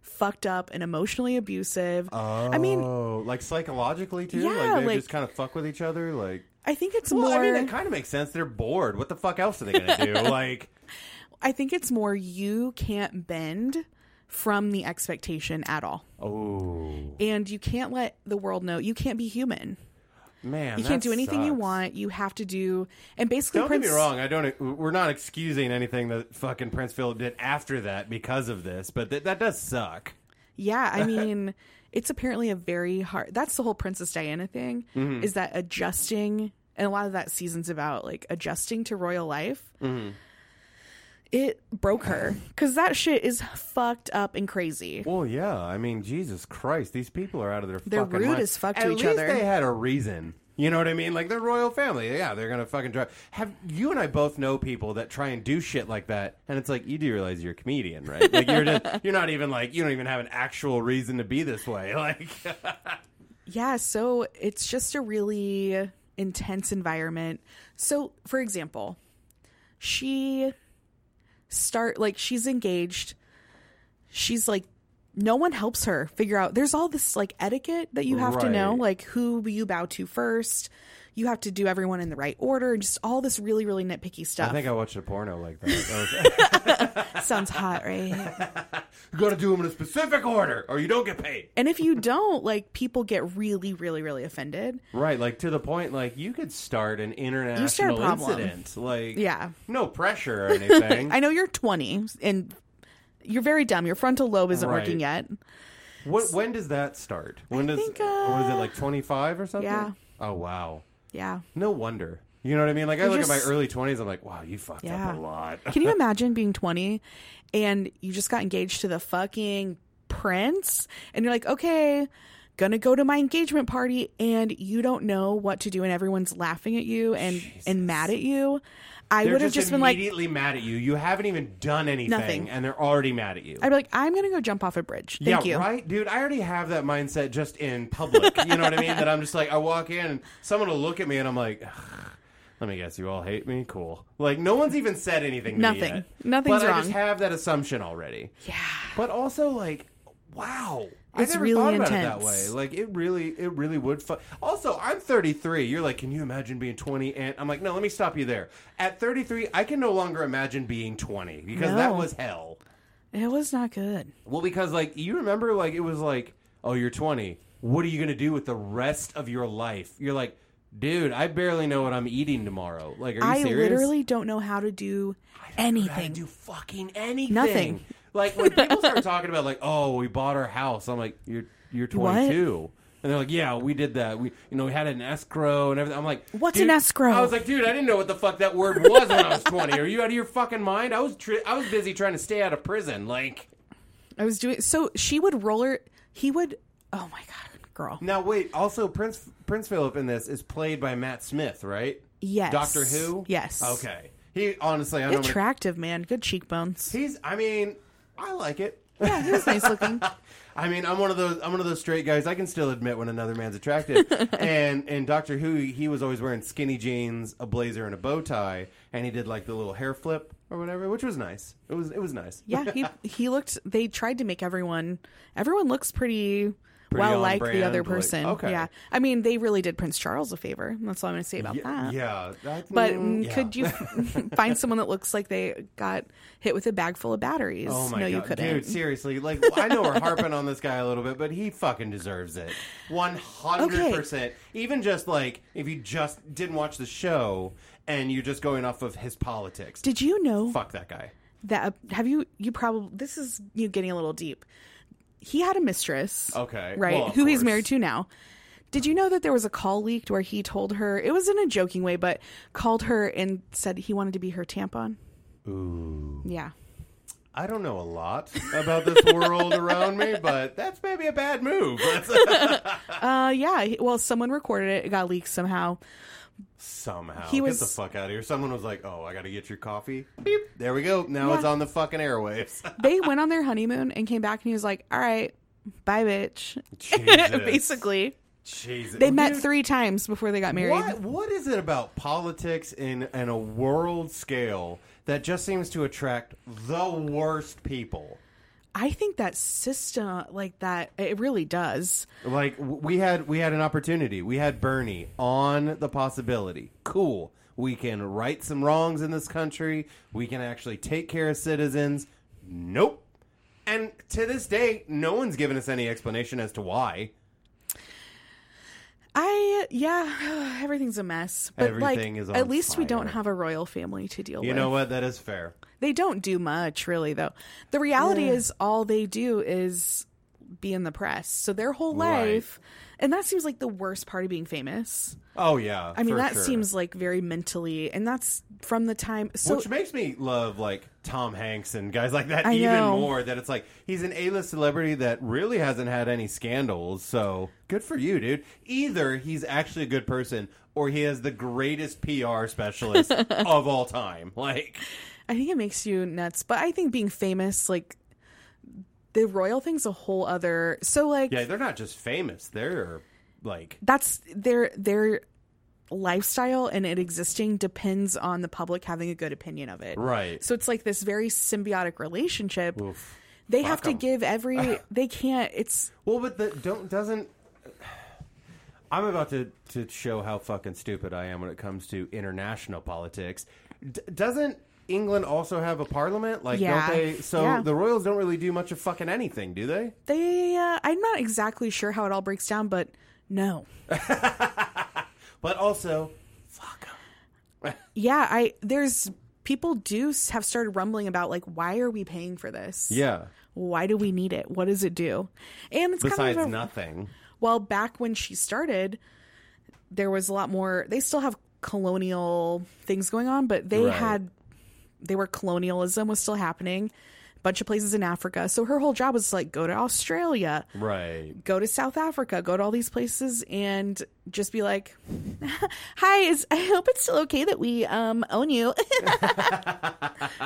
Speaker 2: fucked up and emotionally abusive.
Speaker 1: upset?
Speaker 2: I mean,
Speaker 1: Oh, like psychologically too.
Speaker 2: Yeah,
Speaker 1: like they
Speaker 2: like-
Speaker 1: just kind of fuck with each other. Like,
Speaker 2: I think it's
Speaker 1: well,
Speaker 2: more
Speaker 1: I mean, that kind of makes sense. They're bored. What the fuck else are they gonna do? like,
Speaker 2: I think it's more you can't bend from the expectation at all.
Speaker 1: oh
Speaker 2: And you can't let the world know you can't be human.
Speaker 1: man,
Speaker 2: you can't
Speaker 1: that
Speaker 2: do anything you
Speaker 1: sucks.
Speaker 2: want. You have to do, and basically,
Speaker 1: Don't
Speaker 2: Prince,
Speaker 1: get me wrong. I don't. e, We're not excusing anything that fucking Prince Philip did after that because of this, but th- that does suck.
Speaker 2: Yeah, I mean, it's apparently a very hard. That's the whole Princess Diana thing. Is that adjusting, and a lot of that season's about like adjusting to royal life. It broke her because that shit is fucked up and crazy.
Speaker 1: Well, yeah. I mean, Jesus Christ, these people are out of their
Speaker 2: They're
Speaker 1: fucking
Speaker 2: rude
Speaker 1: mind.
Speaker 2: as fuck to
Speaker 1: At
Speaker 2: each
Speaker 1: least
Speaker 2: other.
Speaker 1: They had a reason. You know what I mean? Like they're royal family. Yeah, they're gonna fucking drive. Have you and I both know people that try and do shit like that, and it's like you do realize you're a comedian, right? Like you're just, you're not even like you don't even have an actual reason to be this way. Like
Speaker 2: Yeah, so it's just a really intense environment. So, for example, she start like she's engaged. She's like no one helps her figure out there's all this like etiquette that you have to know,
Speaker 1: Right.
Speaker 2: like who you bow to first. You have to do everyone in the right order and just all this really really nitpicky
Speaker 1: I
Speaker 2: stuff.
Speaker 1: think I watched a porno like that.
Speaker 2: Sounds hot, right?
Speaker 1: you gotta do them in a specific order, or you don't get paid.
Speaker 2: and if you don't, like people get really really really offended.
Speaker 1: Right, like to the point, like you could start an international
Speaker 2: start a problem.
Speaker 1: incident, like
Speaker 2: Yeah.
Speaker 1: no pressure or anything.
Speaker 2: I know you're 20 and you're very dumb. Your frontal lobe isn't
Speaker 1: Right.
Speaker 2: working yet.
Speaker 1: What, when does that start? When does
Speaker 2: think, uh,
Speaker 1: what is it like twenty five or something?
Speaker 2: yeah.
Speaker 1: Oh wow.
Speaker 2: Yeah.
Speaker 1: No wonder. You know what I mean? Like I look at my
Speaker 2: just-
Speaker 1: early twenties, I'm like, wow, you fucked
Speaker 2: Yeah.
Speaker 1: up a lot.
Speaker 2: Can you imagine being 20 and you just got engaged to the fucking prince and you're like, okay, gonna go to my engagement party and you don't know what to do and everyone's laughing at you and, and mad at you? I
Speaker 1: They're
Speaker 2: would have just been like,
Speaker 1: immediately mad at you. You haven't even done anything,
Speaker 2: Nothing.
Speaker 1: and they're already mad at you.
Speaker 2: I'd be like, I'm gonna go jump off a bridge. Thank
Speaker 1: yeah,
Speaker 2: you.
Speaker 1: right, dude. I already have that mindset just in public. you know what I mean? That I'm just like, I walk in, and someone will look at me, and I'm like, "Ugh, let me guess, you all hate me. Cool. Like no one's even said anything. To
Speaker 2: Nothing.
Speaker 1: Me yet.
Speaker 2: Nothing's
Speaker 1: but I
Speaker 2: wrong.
Speaker 1: just have that assumption already.
Speaker 2: Yeah.
Speaker 1: But also, like, wow,
Speaker 2: It's
Speaker 1: I never
Speaker 2: really
Speaker 1: thought about it that
Speaker 2: intense.
Speaker 1: way. Like, it really, it really would. Fu- also, I'm 33. You're like, can you imagine being 20? And I'm like, no, let me stop you there. At 33, I can no longer imagine being 20 because that
Speaker 2: No.
Speaker 1: was hell.
Speaker 2: It was not good.
Speaker 1: Well, because like you remember, like it was like, oh, you're 20. What are you gonna do with the rest of your life? You're like, dude, I barely know what I'm eating tomorrow. Like, are you
Speaker 2: I
Speaker 1: serious?
Speaker 2: literally don't know how to do anything.
Speaker 1: do fucking anything.
Speaker 2: Nothing.
Speaker 1: Like when people start talking about like, oh, we bought our house. I'm like, you're you're 22. And they're like, yeah, we did that. We, you know, we had an escrow and everything. I'm like,
Speaker 2: What's
Speaker 1: dude-
Speaker 2: an escrow?
Speaker 1: I was like, dude, I didn't know what the fuck that word was when I was 20. Are you out of your fucking mind? I was tri- I was busy trying to stay out of prison. Like,
Speaker 2: I was doing so she would roller he would oh my god, girl.
Speaker 1: now wait. Also, Prince Prince Philip in this is played by Matt Smith, right?
Speaker 2: Yes.
Speaker 1: Doctor Who.
Speaker 2: Yes.
Speaker 1: Okay. He honestly, I don't. know.
Speaker 2: Attractive man, good cheekbones.
Speaker 1: He's. I mean, I like it.
Speaker 2: Yeah, he was nice looking.
Speaker 1: I mean, I'm one of those. I'm one of those straight guys. I can still admit when another man's attractive. and in Doctor Who, he was always wearing skinny jeans, a blazer, and a bow tie, and he did like the little hair flip or whatever, which was nice. It was. It was nice.
Speaker 2: Yeah, he he looked. They tried to make everyone. Everyone looks pretty, well
Speaker 1: on
Speaker 2: like
Speaker 1: brand,
Speaker 2: the other
Speaker 1: like-
Speaker 2: person.
Speaker 1: okay.
Speaker 2: Yeah, I mean they really did Prince Charles a favor. That's all I'm going to say about
Speaker 1: Yeah.
Speaker 2: that.
Speaker 1: yeah that-
Speaker 2: But
Speaker 1: mm,
Speaker 2: mm,
Speaker 1: yeah.
Speaker 2: could you find someone that looks like they got hit with a bag full of batteries?
Speaker 1: Oh my
Speaker 2: no,
Speaker 1: god,
Speaker 2: you couldn't.
Speaker 1: dude! Seriously, like I know we're harping on this guy a little bit, but he fucking deserves it, one hundred percent. Even just like if you just didn't watch the show and you're just going off of his politics,
Speaker 2: Did you know
Speaker 1: fuck that guy.
Speaker 2: that? uh, Have you? You probably. This is you getting a little deep. He had a mistress.
Speaker 1: Okay,
Speaker 2: right?
Speaker 1: Well, of
Speaker 2: Who he's
Speaker 1: course.
Speaker 2: married to now. Did you know that there was a call leaked where he told her it was in a joking way, but called her and said he wanted to be her tampon? Ooh. Yeah.
Speaker 1: I don't know a lot about this world around me, but that's maybe a bad move. That's-
Speaker 2: Uh, yeah. he- Well, someone recorded it. It got leaked somehow.
Speaker 1: somehow,
Speaker 2: He was-
Speaker 1: get the fuck out of here. Someone was like, "Oh, I got to get your coffee." Beep. There we go. Now it's
Speaker 2: Yeah.
Speaker 1: on the fucking airwaves.
Speaker 2: They went on their honeymoon and came back, and he was like, "All right, bye, bitch."
Speaker 1: Jesus.
Speaker 2: Basically,
Speaker 1: Jesus.
Speaker 2: they met
Speaker 1: Dude,
Speaker 2: three times before they got married.
Speaker 1: What, what is it about politics in, in a world scale that just seems to attract the worst people?
Speaker 2: I think that system, like that, it really does.
Speaker 1: Like w- we had we had an opportunity. We had Bernie on the possibility. Cool. We can right some wrongs in this country. We can actually take care of citizens. Nope. And to this day, no one's given us any explanation as to why.
Speaker 2: I yeah, everything's a mess. But
Speaker 1: Everything
Speaker 2: like,
Speaker 1: is on
Speaker 2: at least we don't
Speaker 1: fire.
Speaker 2: have a royal family to deal
Speaker 1: You
Speaker 2: with.
Speaker 1: know what? That is fair.
Speaker 2: They don't do much, really, though. The reality is, all they do is be in the press. So their whole
Speaker 1: Right.
Speaker 2: life, and that seems like the worst part of being famous.
Speaker 1: Oh yeah.
Speaker 2: I mean,
Speaker 1: for
Speaker 2: that
Speaker 1: sure.
Speaker 2: seems like very mentally, and that's from the time. So
Speaker 1: Which makes me love like Tom Hanks and guys like that
Speaker 2: I
Speaker 1: even
Speaker 2: know.
Speaker 1: more. That it's like he's an A-list celebrity that really hasn't had any scandals. So good for you, dude. Either he's actually a good person, or he has the greatest PR specialist of all time. Like,
Speaker 2: I think it makes you nuts. But I think being famous, like the royal thing's a whole other. So like
Speaker 1: yeah, they're not just famous; they're like
Speaker 2: that's their their lifestyle and it existing depends on the public having a good opinion of it.
Speaker 1: Right.
Speaker 2: So it's like this very symbiotic relationship. They have to
Speaker 1: 'em.
Speaker 2: give every they can't it's
Speaker 1: Well, but the don't doesn't. I'm about to to show how fucking stupid I am when it comes to international politics. D- doesn't England also have a parliament? Like,
Speaker 2: Yeah.
Speaker 1: don't they? So
Speaker 2: Yeah.
Speaker 1: the royals don't really do much of fucking anything, do they?
Speaker 2: they uh, I'm not exactly sure how it all breaks down but no.
Speaker 1: But also,
Speaker 2: Yeah, I there's people do s- have started rumbling about like why are we paying for this?
Speaker 1: yeah.
Speaker 2: Why do we need it? What does it do? And it's
Speaker 1: Besides
Speaker 2: kind of a,
Speaker 1: nothing,
Speaker 2: well, back when she started, there was a lot more. They still have colonial things going on, but they
Speaker 1: Right.
Speaker 2: had they were colonialism was still happening. A bunch of places in Africa. So her whole job was like go to Australia,
Speaker 1: right?
Speaker 2: go to South Africa, go to all these places and just be like, "Hi, is I hope it's still okay that we um own you."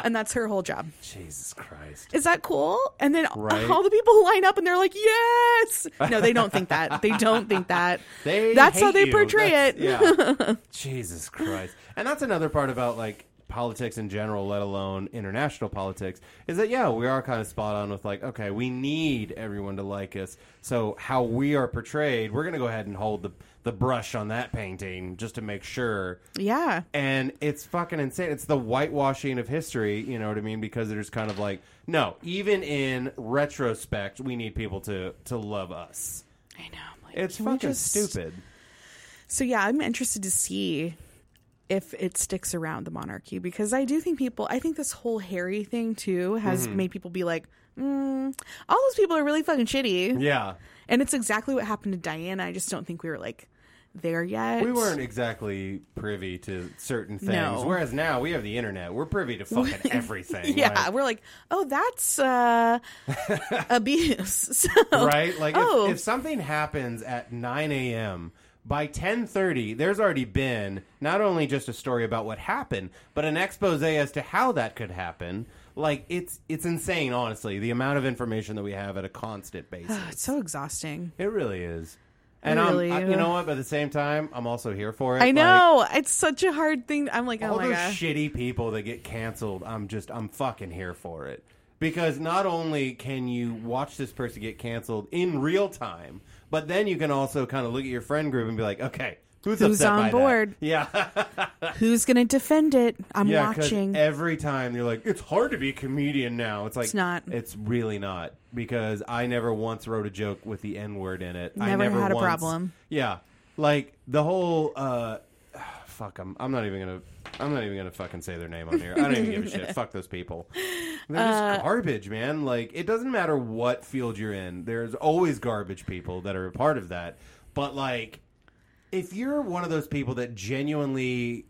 Speaker 2: and that's her whole job
Speaker 1: Jesus Christ!
Speaker 2: is that cool? And then
Speaker 1: Right.
Speaker 2: all the people line up and they're like, yes. No, they don't think that. They don't think that.
Speaker 1: They
Speaker 2: That's how
Speaker 1: hate
Speaker 2: they
Speaker 1: you.
Speaker 2: portray
Speaker 1: That's-
Speaker 2: it.
Speaker 1: Yeah. Jesus Christ. And that's another part about like politics in general, let alone international politics, is that yeah, we are kind of spot on with like, okay, we need everyone to like us. So how we are portrayed, we're gonna go ahead and hold the the brush on that painting just to make sure
Speaker 2: Yeah.
Speaker 1: and it's fucking insane. It's the whitewashing of history, you know what I mean? Because they're just kind of like, no, even in retrospect, we need people to to love us.
Speaker 2: I know. I'm like,
Speaker 1: It's
Speaker 2: can we
Speaker 1: fucking
Speaker 2: just-
Speaker 1: stupid.
Speaker 2: So, yeah, I'm interested to see if it sticks around the monarchy because I do think people, I think this whole Harry thing too has
Speaker 1: Mm-hmm.
Speaker 2: made people be like, mm, all those people are really fucking shitty.
Speaker 1: Yeah.
Speaker 2: And it's exactly what happened to Diana. I just don't think we were like there yet.
Speaker 1: We weren't exactly privy to certain things.
Speaker 2: No.
Speaker 1: Whereas now we have the internet. We're privy to fucking everything.
Speaker 2: Yeah,
Speaker 1: Like,
Speaker 2: we're like, oh, that's uh, abuse. So,
Speaker 1: right? Like,
Speaker 2: Oh.
Speaker 1: if, if something happens at 9 a.m., by 10:30 there's already been not only just a story about what happened but an exposé as to how that could happen like it's it's insane honestly the amount of information that we have at a constant basis
Speaker 2: It's so exhausting.
Speaker 1: it really is and
Speaker 2: Really,
Speaker 1: I'm, I- you
Speaker 2: uh,
Speaker 1: know what but at the same time I'm also here for it
Speaker 2: I
Speaker 1: Like,
Speaker 2: know. it's such a hard thing. I'm like,
Speaker 1: all
Speaker 2: oh my
Speaker 1: those
Speaker 2: gosh.
Speaker 1: shitty people that get canceled i'm just i'm fucking here for it because not only can you watch this person get canceled in real time but then you can also kind of look at your friend group and be like okay who's,
Speaker 2: Who's
Speaker 1: upset
Speaker 2: on
Speaker 1: by that?
Speaker 2: board?
Speaker 1: yeah
Speaker 2: Who's going to defend it? I'm
Speaker 1: yeah 'cause
Speaker 2: watching.
Speaker 1: every time you're like it's hard to be a comedian now it's like
Speaker 2: It's not.
Speaker 1: it's really not because i never once wrote a joke with the n word in it i
Speaker 2: Never
Speaker 1: never
Speaker 2: had a
Speaker 1: once-
Speaker 2: problem.
Speaker 1: yeah like the whole uh fuck i'm i'm not even gonna i'm not even gonna fucking say their name on here i don't even give a shit fuck those people they're just
Speaker 2: Uh,
Speaker 1: garbage man like it doesn't matter what field you're in there's always garbage people that are a part of that but like if you're one of those people that genuinely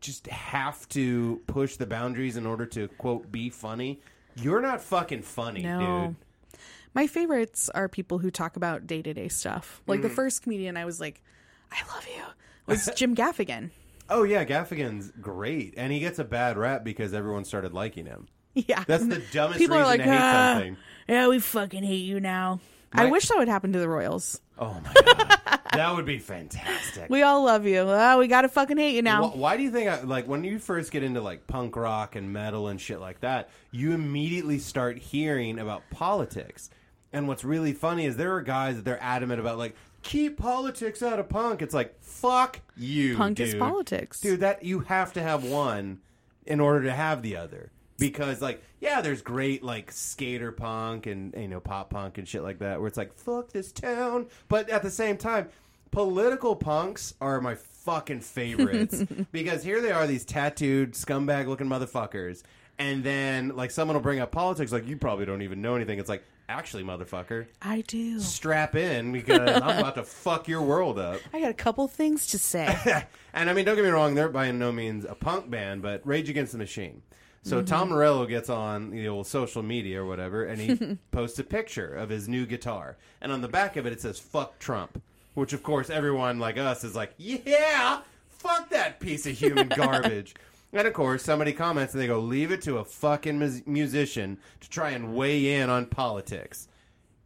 Speaker 1: just have to push the boundaries in order to quote be funny you're not fucking funny
Speaker 2: No.
Speaker 1: dude
Speaker 2: My favorites are people who talk about day to day stuff. Like
Speaker 1: Mm.
Speaker 2: the first comedian I was like, I love you, was Jim Gaffigan.
Speaker 1: oh yeah gaffigan's great and he gets a bad rap because everyone started liking him
Speaker 2: Yeah.
Speaker 1: that's the dumbest
Speaker 2: people are
Speaker 1: reason
Speaker 2: like,
Speaker 1: to hate
Speaker 2: "Ah,
Speaker 1: something
Speaker 2: yeah, we fucking hate you now. I
Speaker 1: My-
Speaker 2: wish that would happen to the Royals.
Speaker 1: Oh my god, that would be fantastic.
Speaker 2: We all love you. Oh, we gotta fucking hate you now.
Speaker 1: Wh- Why do you think I, like when you first get into like punk rock and metal and shit like that, you immediately start hearing about politics. And what's really funny is there are guys that they're adamant about like keep politics out of punk. It's like fuck you,
Speaker 2: Punk is
Speaker 1: dude.
Speaker 2: politics.
Speaker 1: dude. That you have to have one in order to have the other. Because like yeah, there's great like skater punk and you know pop punk and shit like that where it's like fuck this town, but at the same time, political punks are my fucking favorites because here they are these tattooed scumbag looking motherfuckers, and then like someone will bring up politics like you probably don't even know anything. It's like actually motherfucker,
Speaker 2: I do.
Speaker 1: strap in because I'm about to fuck your world up.
Speaker 2: I got a couple things to say.
Speaker 1: And I mean, don't get me wrong, they're by no means a punk band, but Rage Against the Machine. So Tom Morello gets on the old social media or whatever, and he posts a picture of his new guitar, and on the back of it it says "fuck Trump," which of course everyone like us is like, "Yeah, fuck that piece of human garbage." And of course, somebody comments and they go, "Leave it to a fucking mus- musician to try and weigh in on politics."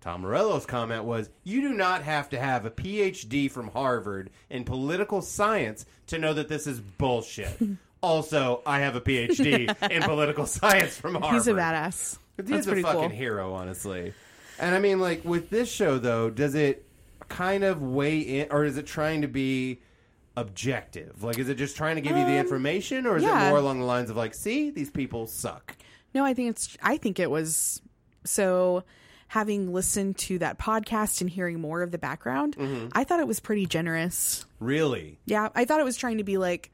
Speaker 1: Tom Morello's comment was, "You do not have to have a PhD from Harvard in political science to know that this is bullshit." also, I have a PhD in political science from Harvard.
Speaker 2: He's a badass.
Speaker 1: He's
Speaker 2: That's
Speaker 1: a
Speaker 2: pretty
Speaker 1: fucking
Speaker 2: cool.
Speaker 1: hero, honestly. And I mean, like with this show though, does it kind of weigh in, or is it trying to be objective? Like, is it just trying to give you the information, or is
Speaker 2: Um, yeah.
Speaker 1: it more along the lines of like, "See, these people suck."
Speaker 2: No, I think it's. I think it was. So, having listened to that podcast and hearing more of the background,
Speaker 1: Mm-hmm.
Speaker 2: I thought it was pretty generous.
Speaker 1: Really?
Speaker 2: Yeah, I thought it was trying to be like,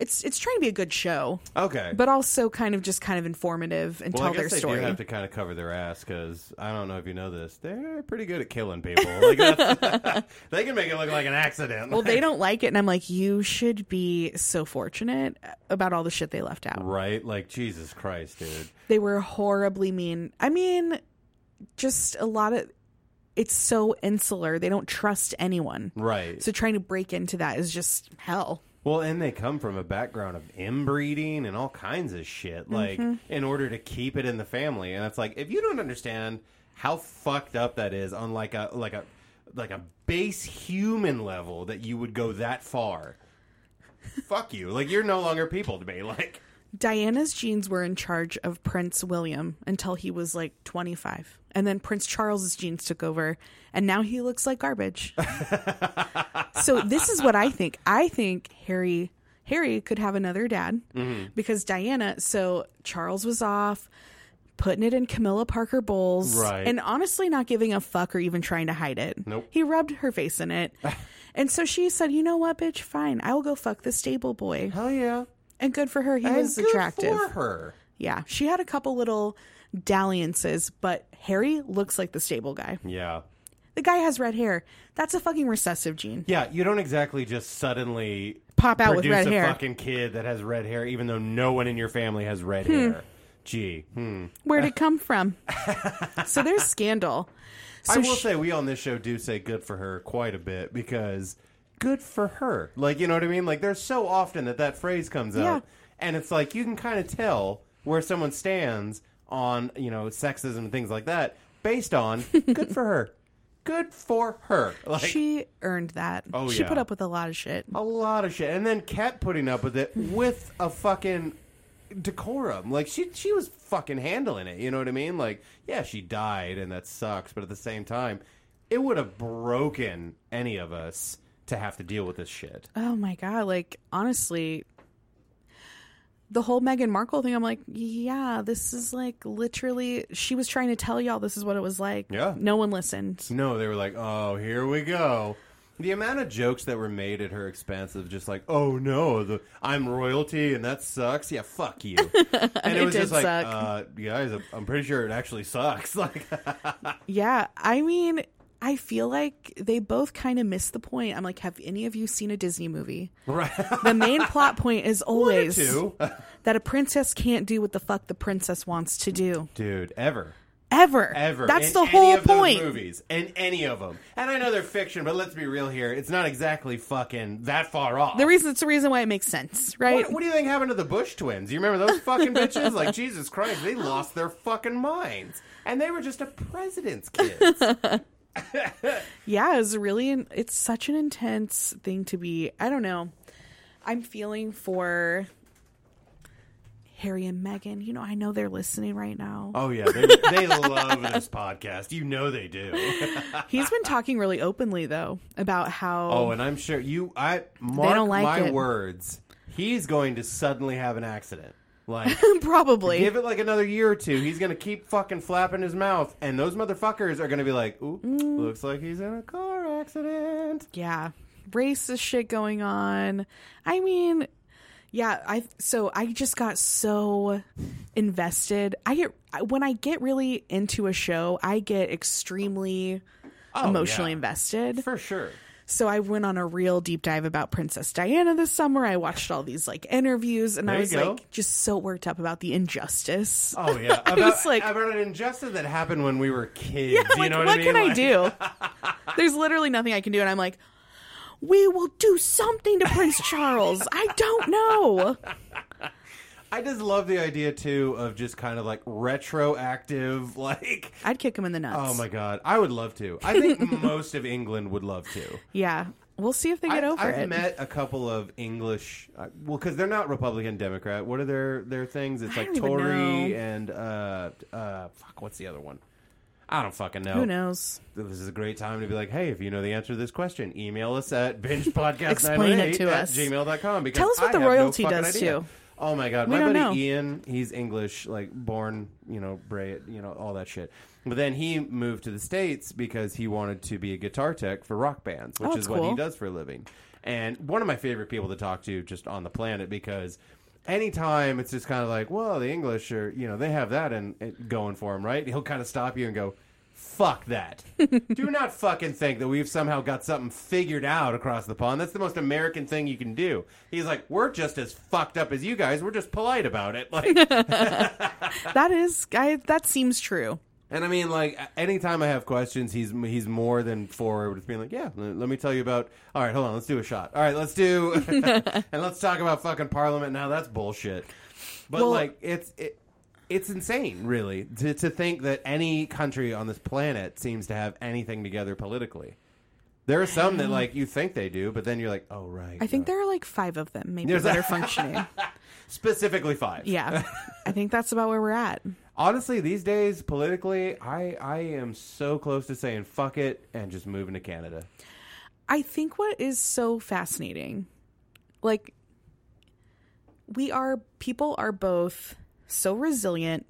Speaker 2: it's it's trying to be a good show,
Speaker 1: Okay.
Speaker 2: but also kind of just kind of informative and
Speaker 1: Well,
Speaker 2: tell
Speaker 1: I guess
Speaker 2: their
Speaker 1: they
Speaker 2: story.
Speaker 1: do have to kind of cover their ass because I don't know if you know this, they're pretty good at killing people. Like that's- they can make it look like an accident.
Speaker 2: well, they don't like it, and I'm like, you should be so fortunate about all the shit they left out.
Speaker 1: right? Like Jesus Christ, dude.
Speaker 2: They were horribly mean. I mean, just a lot of. It's so insular. They don't trust anyone.
Speaker 1: Right.
Speaker 2: So trying to break into that is just hell.
Speaker 1: Well, and they come from a background of inbreeding and all kinds of shit, like
Speaker 2: Mm-hmm.
Speaker 1: in order to keep it in the family. And it's like if you don't understand how fucked up that is on like a like a like a base human level that you would go that far. Fuck you. Like you're no longer people to me. Like
Speaker 2: Diana's genes were in charge of Prince William until he was like 25. And then Prince Charles's genes took over, and now he looks like garbage. so this is what I think. I think Harry Harry could have another dad
Speaker 1: Mm-hmm.
Speaker 2: because Diana, so Charles was off putting it in Camilla Parker Bowles
Speaker 1: Right.
Speaker 2: and honestly not giving a fuck or even trying to hide it.
Speaker 1: Nope.
Speaker 2: He rubbed her face in it. and so she said, "You know what, bitch? Fine. I will go fuck the stable boy."
Speaker 1: hell yeah.
Speaker 2: And good for her. He
Speaker 1: And
Speaker 2: was
Speaker 1: good
Speaker 2: attractive.
Speaker 1: for her.
Speaker 2: Yeah, she had a couple little dalliances, but Harry looks like the stable guy.
Speaker 1: Yeah.
Speaker 2: The guy has red hair. That's a fucking recessive gene.
Speaker 1: Yeah, you don't exactly just suddenly
Speaker 2: Pop out with
Speaker 1: produce
Speaker 2: red
Speaker 1: a
Speaker 2: hair.
Speaker 1: fucking kid that has red hair, even though no one in your family has red
Speaker 2: Hmm.
Speaker 1: hair. Gee, hmm.
Speaker 2: Where'd it come from? so there's scandal. So
Speaker 1: I will
Speaker 2: sh-
Speaker 1: say we on this show do say good for her quite a bit because good for her. Like, you know what I mean? Like, there's so often that that phrase comes
Speaker 2: Yeah.
Speaker 1: up, and it's like you can kind of tell where someone stands on, you know, sexism and things like that based on good for her. Good for her. Like,
Speaker 2: she earned that.
Speaker 1: Oh,
Speaker 2: she
Speaker 1: yeah.
Speaker 2: put up with a lot of shit.
Speaker 1: a lot of shit, and then kept putting up with it with a fucking decorum. Like she she was fucking handling it. You know what I mean? Like yeah, she died, and that sucks. But at the same time, it would have broken any of us to have to deal with this shit.
Speaker 2: Oh my god! Like honestly, the whole Meghan Markle thing. I'm like, yeah, this is like literally. She was trying to tell y'all this is what it was like.
Speaker 1: Yeah.
Speaker 2: No one listened.
Speaker 1: No, they were like, oh, here we go. The amount of jokes that were made at her expense of just like, oh no, the, I'm royalty and that sucks. Yeah, fuck you. And it,
Speaker 2: It
Speaker 1: was just
Speaker 2: did
Speaker 1: like,
Speaker 2: suck.
Speaker 1: uh, guys, I'm- I'm pretty sure it actually sucks. Like,
Speaker 2: Yeah, I mean, I feel like they both kind of missed the point. I'm like, have any of you seen a Disney movie?
Speaker 1: right.
Speaker 2: The main plot point is always
Speaker 1: Two.
Speaker 2: that a princess can't do what the fuck the princess wants to do.
Speaker 1: Dude, ever.
Speaker 2: Ever.
Speaker 1: Ever.
Speaker 2: That's
Speaker 1: in
Speaker 2: the
Speaker 1: any
Speaker 2: whole
Speaker 1: of those
Speaker 2: point.
Speaker 1: movies. In any of them. And I know they're fiction, but let's be real here. It's not exactly fucking that far off.
Speaker 2: The reason it's the reason why it makes sense, right?
Speaker 1: what, what do you think happened to the Bush twins? You remember those fucking bitches? Like, Jesus Christ, they lost their fucking minds. And they were just a president's kids.
Speaker 2: yeah, it's really an, it's such an intense thing to be. I don't know. I'm feeling for Harry and Meghan. You know, I know they're listening right now.
Speaker 1: oh, yeah. They, they love this podcast. You know they do.
Speaker 2: He's been talking really openly though about how
Speaker 1: Oh, and I'm sure you, I, mark
Speaker 2: don't like
Speaker 1: my
Speaker 2: it.
Speaker 1: words, he's going to suddenly have an accident. Like,
Speaker 2: probably
Speaker 1: Give it like another year or two. He's gonna keep fucking flapping his mouth, and those motherfuckers are gonna be like, "Ooh, looks like he's in a car accident."
Speaker 2: yeah racist shit going on i mean yeah i so i just got so invested i get when i get really into a show i get extremely
Speaker 1: Oh,
Speaker 2: emotionally
Speaker 1: yeah.
Speaker 2: invested
Speaker 1: For sure.
Speaker 2: so i went on a real deep dive about princess diana this summer i watched all these like interviews and
Speaker 1: There
Speaker 2: i
Speaker 1: you
Speaker 2: was
Speaker 1: go.
Speaker 2: like just so worked up about the injustice
Speaker 1: Oh yeah, about,
Speaker 2: was like-
Speaker 1: about an injustice that happened when we were kids. you
Speaker 2: like,
Speaker 1: know what, I mean?
Speaker 2: can I
Speaker 1: Like,
Speaker 2: do? There's literally nothing I can do. And I'm like, we will do something to Prince Charles. I don't know.
Speaker 1: I just love the idea too of just kind of like retroactive, like.
Speaker 2: I'd kick him in the nuts.
Speaker 1: Oh my god, I would love to. I think most of England would love to.
Speaker 2: Yeah. We'll see if they get
Speaker 1: I,
Speaker 2: over
Speaker 1: I've
Speaker 2: it.
Speaker 1: met a couple of English, uh, well, because they're not Republican, Democrat. What are their their things? It's
Speaker 2: I
Speaker 1: like
Speaker 2: don't even
Speaker 1: Tory
Speaker 2: know.
Speaker 1: and uh, uh, fuck, what's the other one? I don't fucking know.
Speaker 2: Who knows?
Speaker 1: This is a great time to be like, hey, if you know the answer to this question, email us at bingepodcast
Speaker 2: Explain it to us.
Speaker 1: gmail.com. Because
Speaker 2: Tell us what
Speaker 1: I
Speaker 2: the
Speaker 1: have no
Speaker 2: royalty
Speaker 1: fucking
Speaker 2: does,
Speaker 1: idea.
Speaker 2: too.
Speaker 1: Oh my god,
Speaker 2: We
Speaker 1: my
Speaker 2: don't
Speaker 1: buddy
Speaker 2: know.
Speaker 1: Ian, he's English, like born, you know, Bray, you know, all that shit. But then he moved to the states because he wanted to be a guitar tech for rock bands, which
Speaker 2: Oh,
Speaker 1: is
Speaker 2: that's
Speaker 1: what he
Speaker 2: cool.
Speaker 1: does for a living. And one of my favorite people to talk to just on the planet because anytime it's just kind of like, well, the English are, you know, they have that and it going for him, right? He'll kind of stop you and go, fuck that. do not fucking think that we've somehow got something figured out across the pond. That's the most American thing you can do. He's like, we're just as fucked up as you guys. We're just polite about it. Like,
Speaker 2: That is, I, that seems true.
Speaker 1: And I mean, like, anytime I have questions, he's he's more than forward with being like, yeah, l- let me tell you about. All right, hold on, let's do a shot. All right, let's do, and let's talk about fucking Parliament now. That's bullshit. But
Speaker 2: Well-
Speaker 1: like, it's it, it's insane, really, to to think that any country on this planet seems to have anything together politically. There are some that like you think they do, but then you're like, oh right.
Speaker 2: I think
Speaker 1: no.
Speaker 2: there are like five of them, maybe,
Speaker 1: There's
Speaker 2: that
Speaker 1: a-
Speaker 2: are functioning.
Speaker 1: specifically five.
Speaker 2: Yeah. I think that's about where we're at.
Speaker 1: Honestly, these days politically, I I am so close to saying fuck it and just moving to Canada.
Speaker 2: I think what is so fascinating, like, we are, people are both so resilient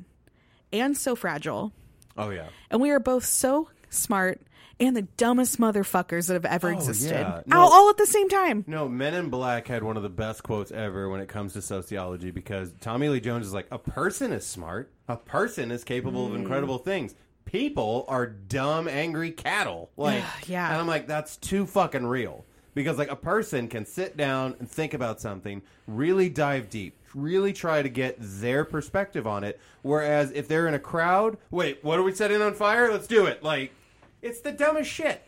Speaker 2: and so fragile.
Speaker 1: Oh yeah.
Speaker 2: and we are both so smart and the dumbest motherfuckers that have ever existed
Speaker 1: Oh, yeah. No.
Speaker 2: all, all at the same time
Speaker 1: No, Men in Black had one of the best quotes ever when it comes to sociology because Tommy Lee Jones is like, a person is smart, a person is capable of incredible things. People are dumb, angry cattle. Like,
Speaker 2: yeah.
Speaker 1: And I'm like, that's too fucking real because like a person can sit down and think about something, really dive deep, really try to get their perspective on it. Whereas if they're in a crowd, wait, what are we setting on fire? Let's do it. Like, it's the dumbest shit.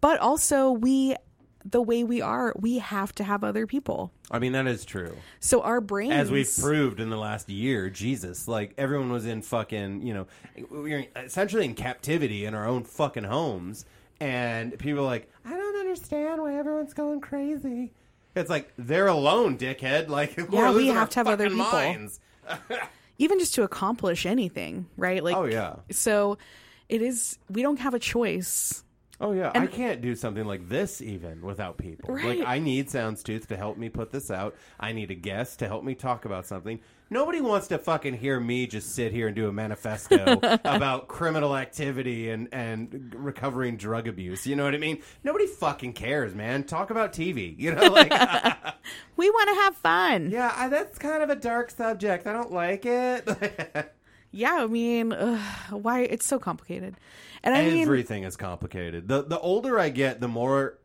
Speaker 2: but also we the way we are. We have to have other people.
Speaker 1: I mean, that is true.
Speaker 2: So our brains
Speaker 1: As we've proved in the last year, Jesus, like everyone was in fucking, you know, we were essentially in captivity in our own fucking homes. And people are like, I don't understand why everyone's going crazy. It's like, they're alone, dickhead. Like, we're
Speaker 2: we
Speaker 1: losing
Speaker 2: have
Speaker 1: our
Speaker 2: to have other
Speaker 1: fucking
Speaker 2: people.
Speaker 1: minds.
Speaker 2: even just to accomplish anything, right? Like
Speaker 1: Oh, yeah.
Speaker 2: So it is we don't have a choice.
Speaker 1: Oh yeah, I can't do something like this even without people.
Speaker 2: Right.
Speaker 1: Like I need Soundstooth to help me put this out. I need a guest to help me talk about something. Nobody wants to fucking hear me just sit here and do a manifesto about criminal activity and and recovering drug abuse. You know what I mean? Nobody fucking cares, man. Talk about TV. You know, like
Speaker 2: We want to have fun. Yeah,
Speaker 1: yeah, I, that's kind of a dark subject. I don't like it.
Speaker 2: I mean, ugh, why it's so complicated. And I mean,
Speaker 1: Everything is complicated. The the older I get, the more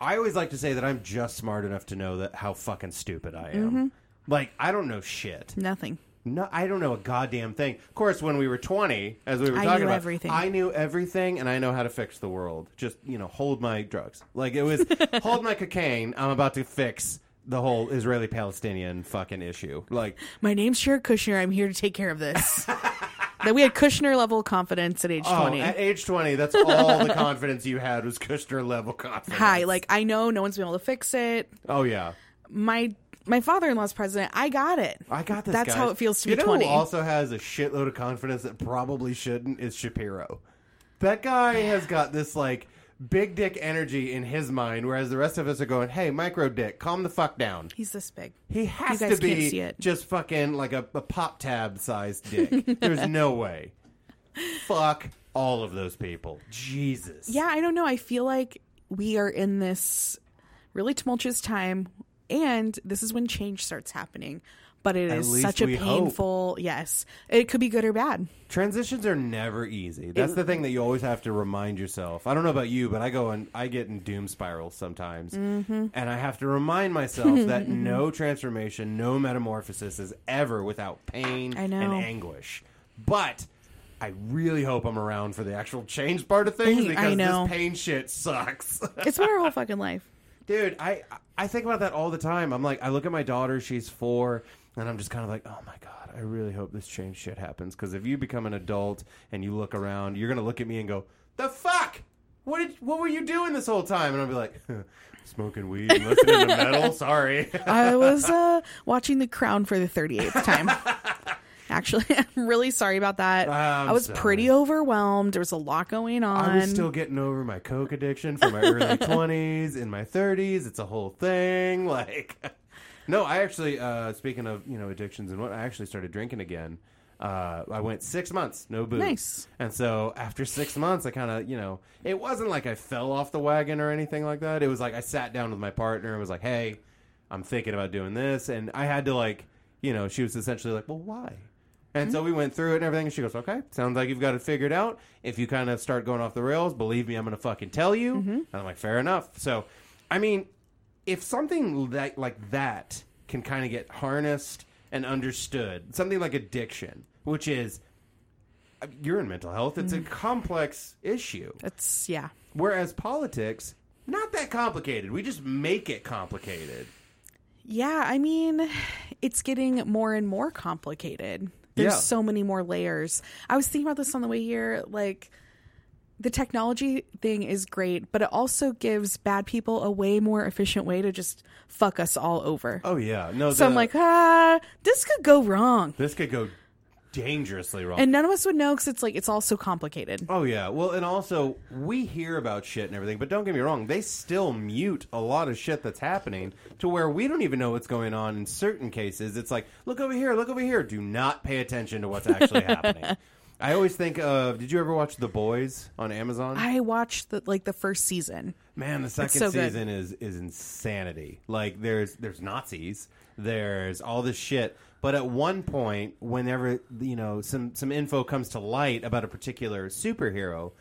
Speaker 1: I always like to say that I'm just smart enough to know that how fucking stupid I am.
Speaker 2: Mm-hmm.
Speaker 1: Like I don't know shit.
Speaker 2: nothing.
Speaker 1: No, I don't know a goddamn thing. Of course, when we were 20, as we were
Speaker 2: I
Speaker 1: talking
Speaker 2: knew
Speaker 1: about,
Speaker 2: everything.
Speaker 1: I knew everything, and I know how to fix the world. Just you know, hold my drugs. Like it was, hold my cocaine. I'm about to fix the whole Israeli-Palestinian fucking issue. Like
Speaker 2: My name's Jared Kushner. I'm here to take care of this. that we had Kushner level confidence at age
Speaker 1: oh,
Speaker 2: 20.
Speaker 1: at age 20, that's all the confidence you had was Kushner level confidence.
Speaker 2: Hi, like I know no one's been able to fix it.
Speaker 1: oh yeah.
Speaker 2: My my father-in-law's president. I got it.
Speaker 1: I got this.
Speaker 2: That's
Speaker 1: guys.
Speaker 2: how it feels to
Speaker 1: you
Speaker 2: be
Speaker 1: know
Speaker 2: 20.
Speaker 1: Who also has a shitload of confidence that probably shouldn't is Shapiro. That guy has got this like big dick energy in his mind, whereas the rest of us are going, "Hey, micro dick, calm the fuck down."
Speaker 2: He's this big.
Speaker 1: He has
Speaker 2: guys
Speaker 1: to be
Speaker 2: can't see it.
Speaker 1: just fucking like a, a pop tab sized dick. There's no way. Fuck all of those people. Jesus.
Speaker 2: Yeah, I don't know. I feel like we are in this really tumultuous time, and this is when change starts happening. But it is
Speaker 1: least
Speaker 2: such a
Speaker 1: we hope.
Speaker 2: painful. Yes, it could be good or bad.
Speaker 1: Transitions are never easy. That's the thing that you always have to remind yourself. I don't know about you, but I go and I get in doom spirals sometimes,
Speaker 2: Mm-hmm.
Speaker 1: and I have to remind myself that no transformation, no metamorphosis is ever without pain
Speaker 2: I know.
Speaker 1: and anguish. But I really hope I'm around for the actual change part of things
Speaker 2: I
Speaker 1: because
Speaker 2: know.
Speaker 1: this pain shit sucks.
Speaker 2: It's been our whole fucking life.
Speaker 1: Dude, I I think about that all the time. I'm like, I look at my daughter, she's four, and I'm just kind of like, oh my god, I really hope this change shit happens. Because if you become an adult and you look around, you're gonna look at me and go, the fuck. What did, what were you doing this whole time? And I'll be like, smoking weed, and listening to metal. Sorry,
Speaker 2: I was uh, watching The Crown for the thirty-eighth time. Actually, I'm really sorry about that.
Speaker 1: I'm
Speaker 2: I was
Speaker 1: sorry.
Speaker 2: pretty overwhelmed. There was a lot going on.
Speaker 1: I was still getting over my coke addiction from my early twenties, in my thirties. It's a whole thing. Like, no, I actually, uh, speaking of you know addictions and what, I actually started drinking again. Uh, I went six months, no booze.
Speaker 2: Nice.
Speaker 1: And so after six months, I kind of, you know, it wasn't like I fell off the wagon or anything like that. It was like I sat down with my partner and was like, hey, I'm thinking about doing this. And I had to, like, you know, she was essentially like, well, why? And so we went through it and everything. And she goes, okay, sounds like you've got it figured out. If you kind of start going off the rails, believe me, I'm going to fucking tell you. And I'm like, fair enough. So, I mean, if something like like that can kind of get harnessed and understood, something like addiction, which is you're in mental health, it's
Speaker 2: Mm.
Speaker 1: a complex issue.
Speaker 2: It's yeah.
Speaker 1: Whereas politics, not that complicated. We just make it complicated.
Speaker 2: Yeah, I mean, it's getting more and more complicated. There's
Speaker 1: Yeah.
Speaker 2: so many more layers. I was thinking about this on the way here. Like, the technology thing is great, but it also gives bad people a way more efficient way to just fuck us all over.
Speaker 1: Oh yeah, no.
Speaker 2: so I'm
Speaker 1: the-
Speaker 2: like, ah, this could go wrong.
Speaker 1: this could go dangerously wrong.
Speaker 2: And none of us would know because it's like, it's all so complicated.
Speaker 1: Oh yeah. Well, and also we hear about shit and everything, but don't get me wrong, they still mute a lot of shit that's happening to where we don't even know what's going on in certain cases. It's like, look over here, look over here. Do not pay attention to what's actually happening. I always think of did you ever watch The Boys on Amazon?
Speaker 2: I watched the, like the first season.
Speaker 1: Man, the second
Speaker 2: so good.
Speaker 1: season is is insanity. Like there's there's Nazis, there's all this shit. But at one point, whenever you know some some info comes to light about a particular superhero,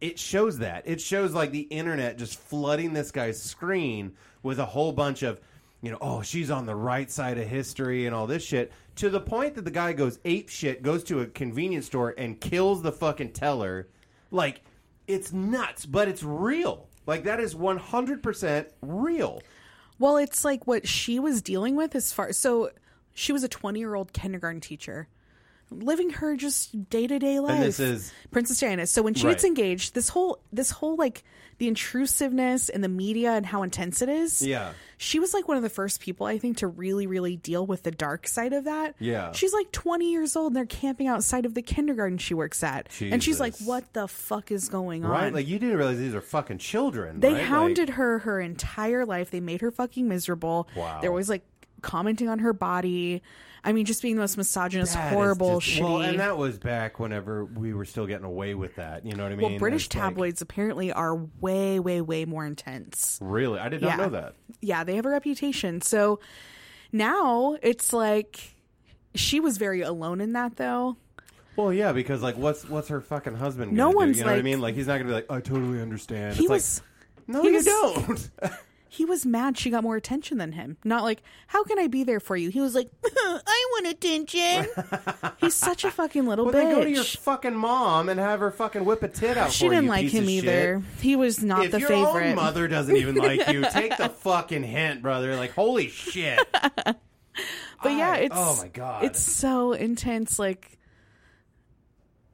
Speaker 1: it shows that it shows like the internet just flooding this guy's screen with a whole bunch of you know oh she's on the right side of history and all this shit to the point that the guy goes ape shit goes to a convenience store and kills the fucking teller like it's nuts but it's real Like that is 100% real.
Speaker 2: Well, it's like what she was dealing with as far so she was a 20-year-old kindergarten teacher living her just day-to-day life.
Speaker 1: this is-
Speaker 2: Princess Diana. So when she gets
Speaker 1: Right.
Speaker 2: engaged, this whole this whole like the intrusiveness and the media and how intense it is.
Speaker 1: Yeah.
Speaker 2: She was like one of the first people I think to really really deal with the dark side of that.
Speaker 1: Yeah.
Speaker 2: She's like 20 years old and they're camping outside of the kindergarten she works at. And she's like
Speaker 1: Jesus.
Speaker 2: what the fuck is going
Speaker 1: Right?
Speaker 2: on?
Speaker 1: Like you didn't realize these are fucking children.
Speaker 2: They
Speaker 1: right? Like-
Speaker 2: hounded her her entire life. They made her fucking miserable.
Speaker 1: Wow.
Speaker 2: They're always like commenting on her body. I mean, just being the most misogynist,
Speaker 1: That is
Speaker 2: horrible,
Speaker 1: just-
Speaker 2: shitty.
Speaker 1: Well, and that was back whenever we were still getting away with that. You know what I mean?
Speaker 2: Well, British
Speaker 1: It's like-
Speaker 2: tabloids apparently are way, way, way more intense.
Speaker 1: really, I did not know that.
Speaker 2: Yeah, they have a reputation. So now it's like she was very alone in that, though.
Speaker 1: Well, yeah, because like, what's what's her fucking husband?
Speaker 2: No
Speaker 1: gonna do?
Speaker 2: one's
Speaker 1: You know what I
Speaker 2: like-
Speaker 1: mean? Like, he's not gonna be like, I totally understand.
Speaker 2: He
Speaker 1: it's
Speaker 2: was.
Speaker 1: like, no,
Speaker 2: he
Speaker 1: you
Speaker 2: was-
Speaker 1: don't.
Speaker 2: he was mad she got more attention than him. Not like, how can I be there for you? He was like, I want attention. He's such a fucking little
Speaker 1: well,
Speaker 2: bitch.
Speaker 1: then go to your fucking mom and have her fucking whip a tit out.
Speaker 2: She
Speaker 1: for
Speaker 2: didn't
Speaker 1: you,
Speaker 2: like
Speaker 1: piece
Speaker 2: him
Speaker 1: of
Speaker 2: either.
Speaker 1: shit.
Speaker 2: He was not
Speaker 1: If
Speaker 2: the
Speaker 1: your
Speaker 2: favorite.
Speaker 1: own mother doesn't even like you, take the fucking hint, brother. Like, holy shit!
Speaker 2: but yeah,
Speaker 1: I-
Speaker 2: it's
Speaker 1: oh my God.
Speaker 2: it's so intense. Like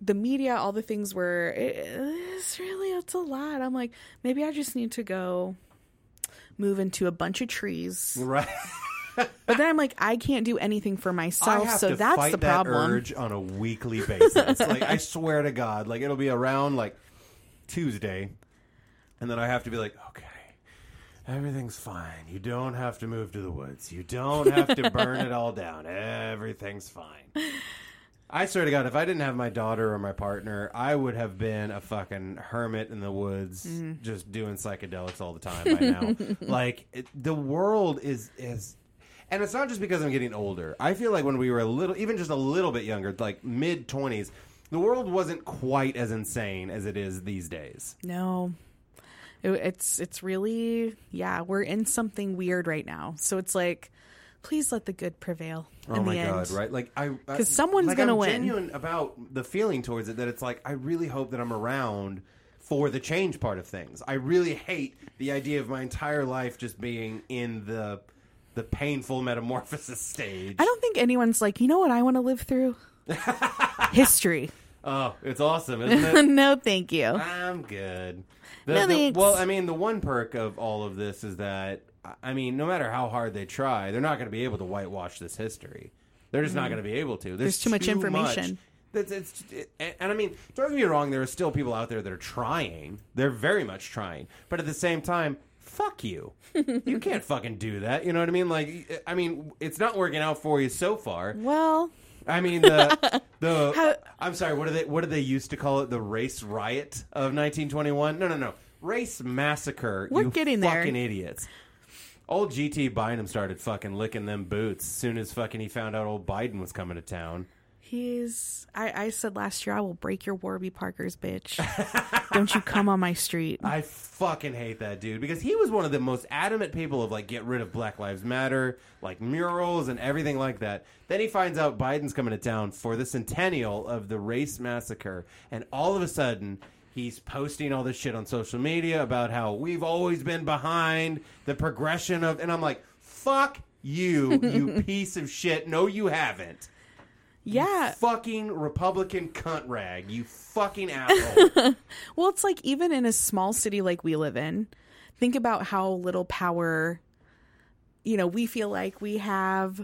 Speaker 2: the media, all the things were. It, it's really it's a lot. I'm like, maybe I just need to go move into a bunch of trees.
Speaker 1: Right?
Speaker 2: But then I'm like, I can't do anything for
Speaker 1: I
Speaker 2: myself,
Speaker 1: have
Speaker 2: so
Speaker 1: to
Speaker 2: that's
Speaker 1: fight
Speaker 2: the
Speaker 1: that
Speaker 2: problem.
Speaker 1: urge on a weekly basis. like, I swear to God, like it'll be around like Tuesday, and then I have to be like, okay. Everything's fine. You don't have to move to the woods. You don't have to burn it all down. Everything's fine. I swear to God, if I didn't have my daughter or my partner, I would have been a fucking hermit in the woods, just doing psychedelics all the time by now. like it, the world is is, and it's not just because I'm getting older. I feel like when we were a little, even just a little bit younger, like mid twenties, the world wasn't quite as insane as it is these days.
Speaker 2: No. It- it's it's really yeah we're in something weird right now so it's like please let the good prevail
Speaker 1: oh
Speaker 2: in
Speaker 1: my
Speaker 2: the end
Speaker 1: god! Right? Like I, because
Speaker 2: someone's gonna
Speaker 1: I'm
Speaker 2: win.
Speaker 1: Genuine about the feeling towards it that it's like I really hope that I'm around for the change part of things. I really hate the idea of my entire life just being in the the painful metamorphosis stage.
Speaker 2: I don't think anyone's like, you know what I want to live through? History.
Speaker 1: Oh, it's awesome, isn't it?
Speaker 2: no, thank you.
Speaker 1: I'm good. The-
Speaker 2: No,
Speaker 1: the-
Speaker 2: thanks.
Speaker 1: well, I mean, the one perk of all of this is that I- I mean, no matter how hard they try, they're not going to be able to whitewash this history. They're just not going to be able to. There's,
Speaker 2: Mm-hmm. too much information.
Speaker 1: that's, it's, it- and, and I mean, don't get me wrong. There are still people out there that are trying. They're very much trying, but at the same time, fuck you. you can't fucking do that. You know what I mean? Like, I mean, it's not working out for you so far.
Speaker 2: Well,
Speaker 1: I mean the the
Speaker 2: How-
Speaker 1: I'm sorry, what do they what do they used to call it? The race riot of 1921? No, no, no. Race massacre.
Speaker 2: We're
Speaker 1: you
Speaker 2: getting there.
Speaker 1: fucking idiots. Old GT Bynum started fucking licking them boots as soon as fucking he found out old Biden was coming to town.
Speaker 2: he's. I, I said last year, I will break your Warby Parker's bitch. Don't you come on my street.
Speaker 1: I fucking hate that dude because he was one of the most adamant people of like get rid of Black Lives Matter, like murals and everything like that. Then he finds out Biden's coming to town for the centennial of the race massacre, and all of a sudden he's posting all this shit on social media about how we've always been behind the progression of, and I'm like, fuck you, you piece of shit. No, you haven't.
Speaker 2: Yeah.
Speaker 1: Fucking Republican cunt rag, you fucking asshole.
Speaker 2: Well, it's like even in a small city like we live in, think about how little power, you know, we feel like we have.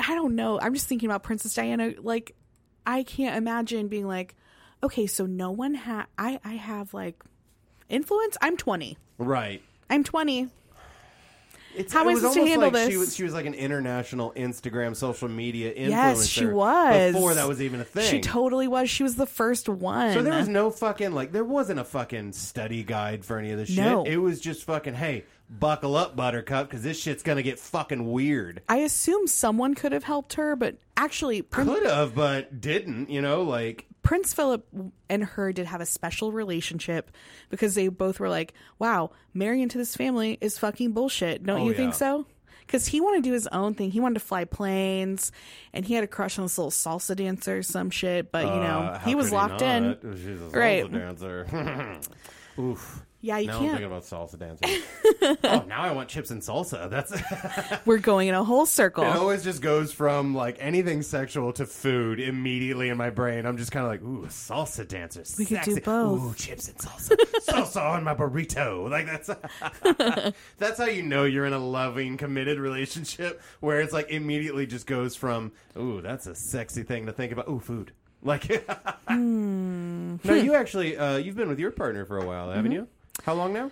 Speaker 2: I don't know. I'm just thinking about Princess Diana. Like, I can't imagine being like, okay, so no one ha I, I have like influence. I'm 20.
Speaker 1: right.
Speaker 2: I'm 20.
Speaker 1: It's,
Speaker 2: How am
Speaker 1: it
Speaker 2: I
Speaker 1: was
Speaker 2: supposed to
Speaker 1: almost
Speaker 2: handle
Speaker 1: like She
Speaker 2: this?
Speaker 1: was, she was like an international Instagram social media influencer.
Speaker 2: Yes, she was.
Speaker 1: Before that was even a thing.
Speaker 2: She totally was. She was the first one.
Speaker 1: so there was no fucking like there wasn't a fucking study guide for any of this shit.
Speaker 2: No.
Speaker 1: It was just fucking hey, buckle up, Buttercup, because this shit's gonna get fucking weird.
Speaker 2: I assume someone could have helped her, but actually, Prin-
Speaker 1: Could have, but didn't. You know, like
Speaker 2: Prince Philip and her did have a special relationship because they both were like, wow, marrying into this family is fucking bullshit. Don't
Speaker 1: Oh,
Speaker 2: you
Speaker 1: yeah.
Speaker 2: think so? Because he wanted to do his own thing. He wanted to fly planes and he had a crush on this little salsa dancer or some shit, but you know,
Speaker 1: uh, how
Speaker 2: he was
Speaker 1: could
Speaker 2: locked in.
Speaker 1: not? She's a salsa
Speaker 2: Right.
Speaker 1: dancer. Oof.
Speaker 2: Yeah, you
Speaker 1: Now I'm
Speaker 2: can't.
Speaker 1: thinking about salsa dancing. oh, now I want chips and salsa. That's
Speaker 2: We're going in a whole circle.
Speaker 1: it. Always just goes from like anything sexual to food immediately in my brain. I'm just kind of like, ooh, salsa dancers.
Speaker 2: We could do both.
Speaker 1: Ooh, chips and salsa. salsa on my burrito. Like that's that's how you know you're in a loving, committed relationship where it's like immediately just goes from ooh, that's a sexy thing to think about. Ooh, food. Like
Speaker 2: Hmm.
Speaker 1: no, you actually uh, you've been with your partner for a while,
Speaker 2: Mm-hmm.
Speaker 1: haven't you? How long now?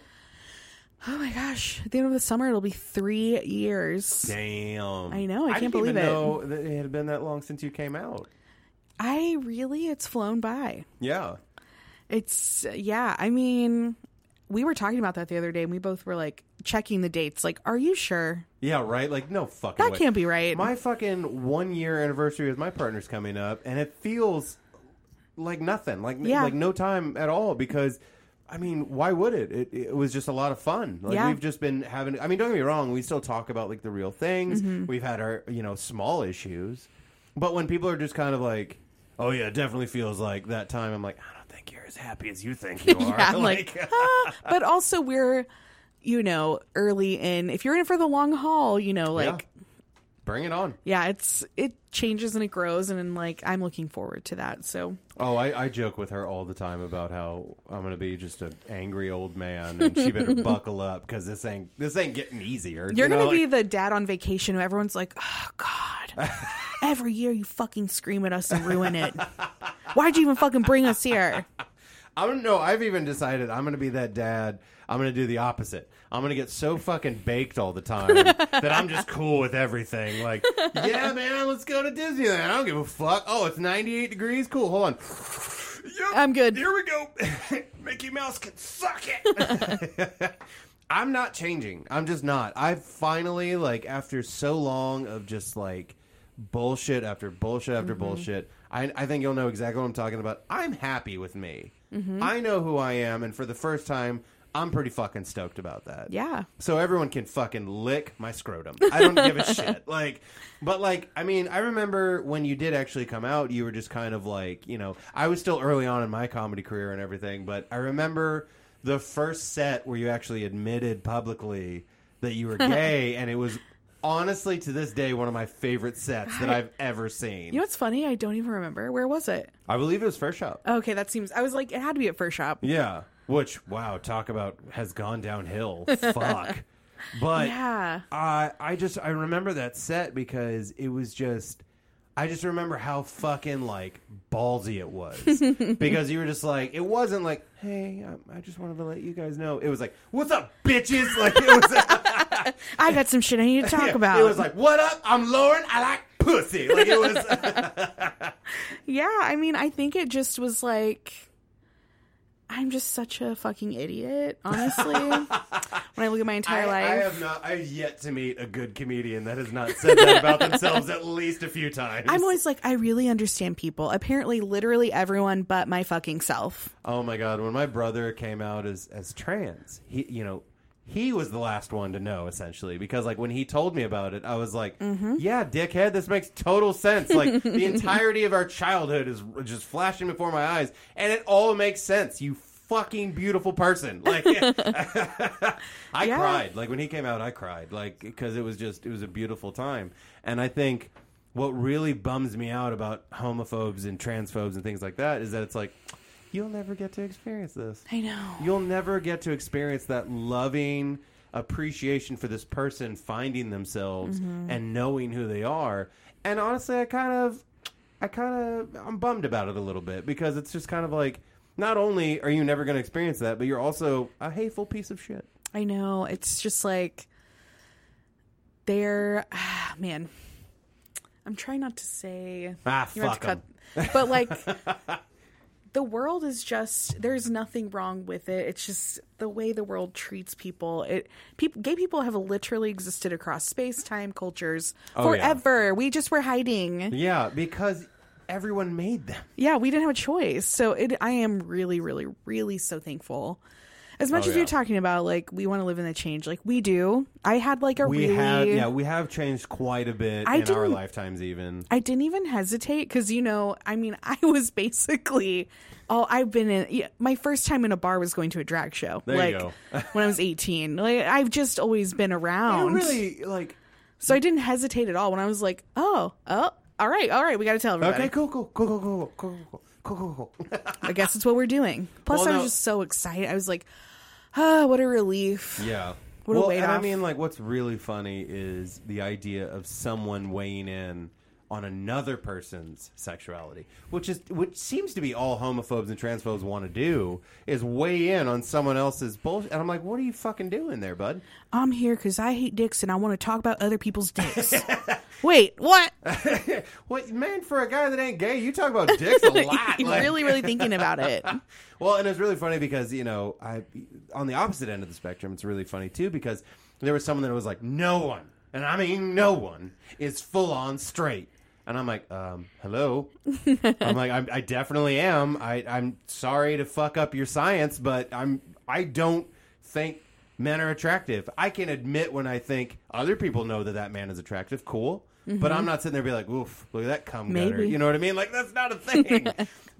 Speaker 2: Oh my gosh. At the end of the summer, it'll be three years.
Speaker 1: Damn.
Speaker 2: I know, I
Speaker 1: didn't
Speaker 2: can't believe
Speaker 1: even
Speaker 2: it.
Speaker 1: Know that it had been that long since you came out.
Speaker 2: I really, it's flown by.
Speaker 1: Yeah.
Speaker 2: It's, yeah, I mean, we were talking about that the other day and we both were like checking the dates. Like, are you sure?
Speaker 1: Yeah, right? Like, no fucking
Speaker 2: That
Speaker 1: way.
Speaker 2: can't be right.
Speaker 1: My fucking one year anniversary with my partner's coming up, and it feels like nothing. Like,
Speaker 2: Yeah.
Speaker 1: like no time at all because. I mean, why would it? it? It was just a lot of fun. Like
Speaker 2: Yeah.
Speaker 1: we've just been having. I mean, don't get me wrong. We still talk about like the real things.
Speaker 2: Mm-hmm.
Speaker 1: We've had our you know small issues, but when people are just kind of like, "Oh yeah, it definitely feels like that time," I'm like, I don't think you're as happy as you think you are.
Speaker 2: yeah, I'm like, ah. but also we're, you know, early in. If you're in it for the long haul, you know,
Speaker 1: Yeah.
Speaker 2: like
Speaker 1: bring it on.
Speaker 2: yeah, it's it changes and it grows, and, then like I'm looking forward to that. So
Speaker 1: Oh, I, I joke with her all the time about how I'm gonna be just an angry old man, and she better buckle up because this ain't this ain't getting easier.
Speaker 2: you're
Speaker 1: You know,
Speaker 2: gonna be
Speaker 1: like-
Speaker 2: the dad on vacation who everyone's like, oh god, every year you fucking scream at us and ruin it. Why'd you even fucking bring us here?
Speaker 1: I don't know. I've even decided I'm gonna be that dad. I'm gonna do the opposite. I'm gonna get so fucking baked all the time that I'm just cool with everything. Like, yeah, man, let's go to Disneyland. I don't give a fuck. Oh, it's 98 degrees. Cool. Hold on. Yep,
Speaker 2: I'm good.
Speaker 1: Here we go. Mickey Mouse can suck it. I'm not changing. I'm just not. I finally, like, after so long of just like bullshit after bullshit after bullshit, I, I think you'll know exactly what I'm talking about. I'm happy with me. I know who I am, and for the first time, I'm pretty fucking stoked about that.
Speaker 2: Yeah.
Speaker 1: So everyone can fucking lick my scrotum. I don't give a shit. Like, but like, I mean, I remember when you did actually come out, you were just kind of like, you know, I was still early on in my comedy career and everything, but I remember the first set where you actually admitted publicly that you were gay, and it was honestly to this day one of my favorite sets that I've ever seen.
Speaker 2: You know what's funny? I don't even remember where was it.
Speaker 1: I believe it was First Shop.
Speaker 2: Okay, that seems. I was like, it had to be at first shop.
Speaker 1: Yeah. Which, wow, talk about has gone downhill. Fuck. But
Speaker 2: Yeah.
Speaker 1: I I just I remember that set because it was just I just remember how fucking like ballsy it was because you were just like it wasn't like hey I, I just wanted to let you guys know it was like what's up bitches like it was
Speaker 2: I got some shit I need to talk about.
Speaker 1: it was like what up I'm Lauren I like pussy like it was
Speaker 2: Yeah, I mean, I think it just was like I'm just such a fucking idiot, honestly. when I look at my
Speaker 1: I,
Speaker 2: entire
Speaker 1: I
Speaker 2: life.
Speaker 1: have not I've yet to meet a good comedian that has not said that about themselves at least a few times
Speaker 2: I'm always like, I really understand people. Apparently, literally everyone but my fucking self.
Speaker 1: Oh my god, when my brother came out as as trans, he you know, he was the last one to know essentially because like when he told me about it, I was like, "Yeah, dickhead, this makes total sense. Like the entirety of our childhood is just flashing before my eyes and it all makes sense. You fucking beautiful person." Like I
Speaker 2: Yeah.
Speaker 1: cried. Like when he came out, I cried. Like because it was just it was a beautiful time. And I think what really bums me out about homophobes and transphobes and things like that is that it's like you'll never get to experience this.
Speaker 2: I know.
Speaker 1: You'll never get to experience that loving appreciation for this person finding themselves
Speaker 2: Mm-hmm.
Speaker 1: and knowing who they are. And honestly, I kind of I kind of I'm bummed about it a little bit because it's just kind of like not only are you never going to experience that, but you're also a hateful piece of shit.
Speaker 2: I know. It's just like they're ah, man. I'm trying not to say
Speaker 1: Ah,
Speaker 2: You're about
Speaker 1: fuck 'em.
Speaker 2: cut. But like the world is just there's nothing wrong with it. It's just the way the world treats people. It people gay people have literally existed across space, time, cultures
Speaker 1: Oh, yeah.
Speaker 2: forever. We just were hiding.
Speaker 1: Yeah, because everyone made them.
Speaker 2: Yeah, we didn't have a choice. So it I am really really really so thankful. As much
Speaker 1: Oh,
Speaker 2: as
Speaker 1: yeah.
Speaker 2: you're talking about, like, we want to live in the change, like, we do. I had, like, a
Speaker 1: We
Speaker 2: really.
Speaker 1: have yeah, we have changed quite a bit
Speaker 2: I
Speaker 1: in our
Speaker 2: didn't-
Speaker 1: lifetimes even.
Speaker 2: I didn't even hesitate because, you know, I mean, I was basically, oh, I've been in, yeah, my first time in a bar was going to a drag show.
Speaker 1: There
Speaker 2: like,
Speaker 1: you
Speaker 2: when I was 18. Like, I've just always been around.
Speaker 1: really like
Speaker 2: So I didn't hesitate at all when I was like, oh, oh, all right, all right, we got to tell everybody.
Speaker 1: Okay, cool, cool, cool, cool, cool, cool, cool, cool, cool, cool.
Speaker 2: I guess it's what we're doing. Plus,
Speaker 1: Well,
Speaker 2: I was
Speaker 1: no-
Speaker 2: just so excited. I was like, ah, what a relief.
Speaker 1: Yeah.
Speaker 2: What a
Speaker 1: well,
Speaker 2: weight
Speaker 1: and I
Speaker 2: off.
Speaker 1: mean, like, what's really funny is the idea of someone weighing in on another person's sexuality, which is which seems to be all homophobes and transphobes want to do is weigh in on someone else's bullshit. And I'm like, what are you fucking doing there, bud?
Speaker 2: I'm here because I hate dicks and I want to talk about other people's dicks. Wait, what?
Speaker 1: What man for a guy that ain't gay? You talk about dicks a lot.
Speaker 2: You're
Speaker 1: like-
Speaker 2: really, really thinking about it.
Speaker 1: Well, and it's really funny because you know, I on the opposite end of the spectrum, it's really funny too because there was someone that was like, no one, and I mean no one, is full on straight, and I'm like, um, hello, I'm like, I'm, I definitely am. I, I'm sorry to fuck up your science, but I'm I don't think men are attractive. I can admit when I think other people know that that man is attractive, cool. But I'm not sitting there be like, oof, look at that cum gutter.
Speaker 2: Maybe.
Speaker 1: You know what I mean? Like that's not a thing.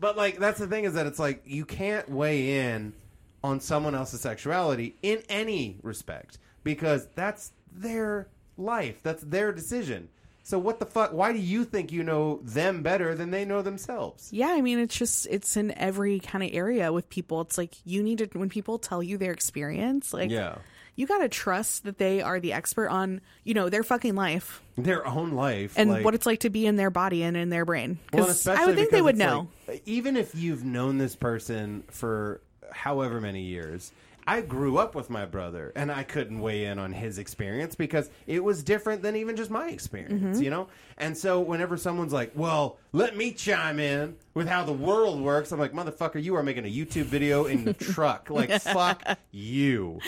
Speaker 1: but like that's the thing is that it's like you can't weigh in on someone else's sexuality in any respect because that's their life. That's their decision. So what the fuck? Why do you think you know them better than they know themselves?
Speaker 2: Yeah, I mean, it's just, it's in every kind of area with people. It's like, you need to, when people tell you their experience, like,
Speaker 1: Yeah.
Speaker 2: you got to trust that they are the expert on, you know, their fucking life
Speaker 1: Their own life
Speaker 2: and
Speaker 1: like-
Speaker 2: what it's like to be in their body and in their brain.
Speaker 1: Well, and
Speaker 2: 'Cause
Speaker 1: especially
Speaker 2: I would think they
Speaker 1: because
Speaker 2: would
Speaker 1: it's
Speaker 2: know.
Speaker 1: like, even if you've known this person for however many years, I grew up with my brother and I couldn't weigh in on his experience because it was different than even just my
Speaker 2: Mm-hmm.
Speaker 1: experience, you know? And so whenever someone's like, well, let me chime in with how the world works, I'm like, motherfucker, you are making a YouTube video in the truck. Like, fuck you.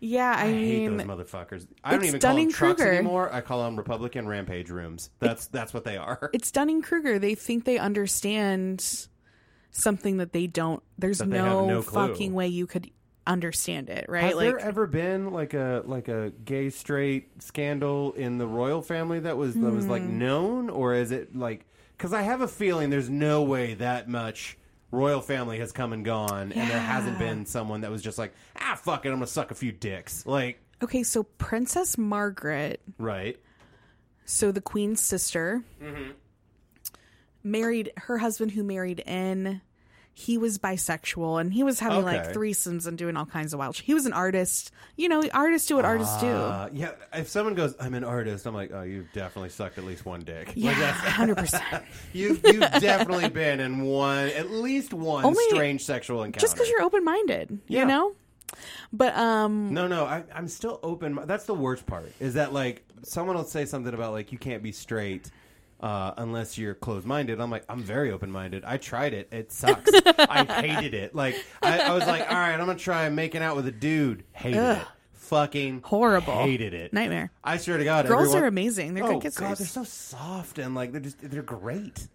Speaker 2: yeah, I,
Speaker 1: I hate
Speaker 2: mean,
Speaker 1: those motherfuckers. I don't
Speaker 2: it's
Speaker 1: even call them trucks
Speaker 2: Dunning-Kruger.
Speaker 1: anymore. I call them Republican rampage rooms. That's that's what they are.
Speaker 2: it's Dunning Kruger. They think they understand something that they don't. There's
Speaker 1: they have
Speaker 2: no,
Speaker 1: no clue.
Speaker 2: fucking way you could understand it, right?
Speaker 1: Has
Speaker 2: like,
Speaker 1: there ever been like a like a gay straight scandal in the royal family that was that was
Speaker 2: Hmm.
Speaker 1: like known, or is it like? Because I have a feeling there's no way that much royal family has come and gone, and there hasn't
Speaker 2: Yeah.
Speaker 1: been someone that was just like, ah, fuck it, I'm gonna suck a few dicks, like
Speaker 2: okay, so Princess Margaret,
Speaker 1: right.
Speaker 2: so the Queen's sister,
Speaker 1: Mm-hmm.
Speaker 2: married her husband who married in. He was bisexual and he was having
Speaker 1: Okay.
Speaker 2: like threesomes and doing all kinds of wild shit. He was an artist. You know, artists do what artists do.
Speaker 1: Uh, yeah, if someone goes, I'm an artist, I'm like, oh, you've definitely sucked at least one dick.
Speaker 2: Yeah,
Speaker 1: Like, that's-
Speaker 2: hundred percent.
Speaker 1: you've you've definitely been in one, at least one
Speaker 2: Only-
Speaker 1: strange sexual encounter.
Speaker 2: Just because you're open minded,
Speaker 1: Yeah.
Speaker 2: you know. But um,
Speaker 1: No, no, I, I'm still open. That's the worst part is that like someone will say something about like you can't be straight uh, unless you're closed minded. I'm like I'm very open minded. I tried it. It sucks. I hated it. Like I, I was like, all right, I'm gonna try making out with a dude. Hated it. Fucking
Speaker 2: Horrible.
Speaker 1: Hated it.
Speaker 2: nightmare.
Speaker 1: I swear to God,
Speaker 2: Girls
Speaker 1: everyone-
Speaker 2: are amazing. They're
Speaker 1: oh
Speaker 2: good kissers.
Speaker 1: God, they're so soft and like they're just they're great.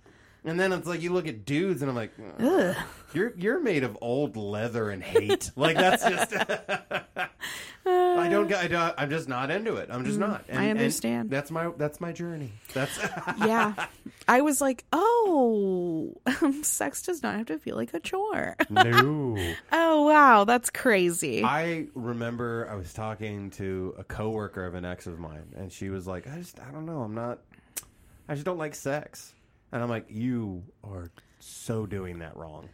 Speaker 1: And then it's like you look at dudes and I'm like,
Speaker 2: Ugh.
Speaker 1: you're you're made of old leather and hate. like that's just. I don't. get- I don't. I'm just not into it. I'm just not. And, and
Speaker 2: Mm, understand.
Speaker 1: that's my that's my journey. That's
Speaker 2: yeah. I was like, oh, sex does not have to feel like a chore.
Speaker 1: no.
Speaker 2: oh, wow. That's crazy.
Speaker 1: I remember I was talking to a coworker of an ex of mine, and she was like, "I just I don't know. I'm not. I just don't like sex." And I'm like, "You are so doing that wrong."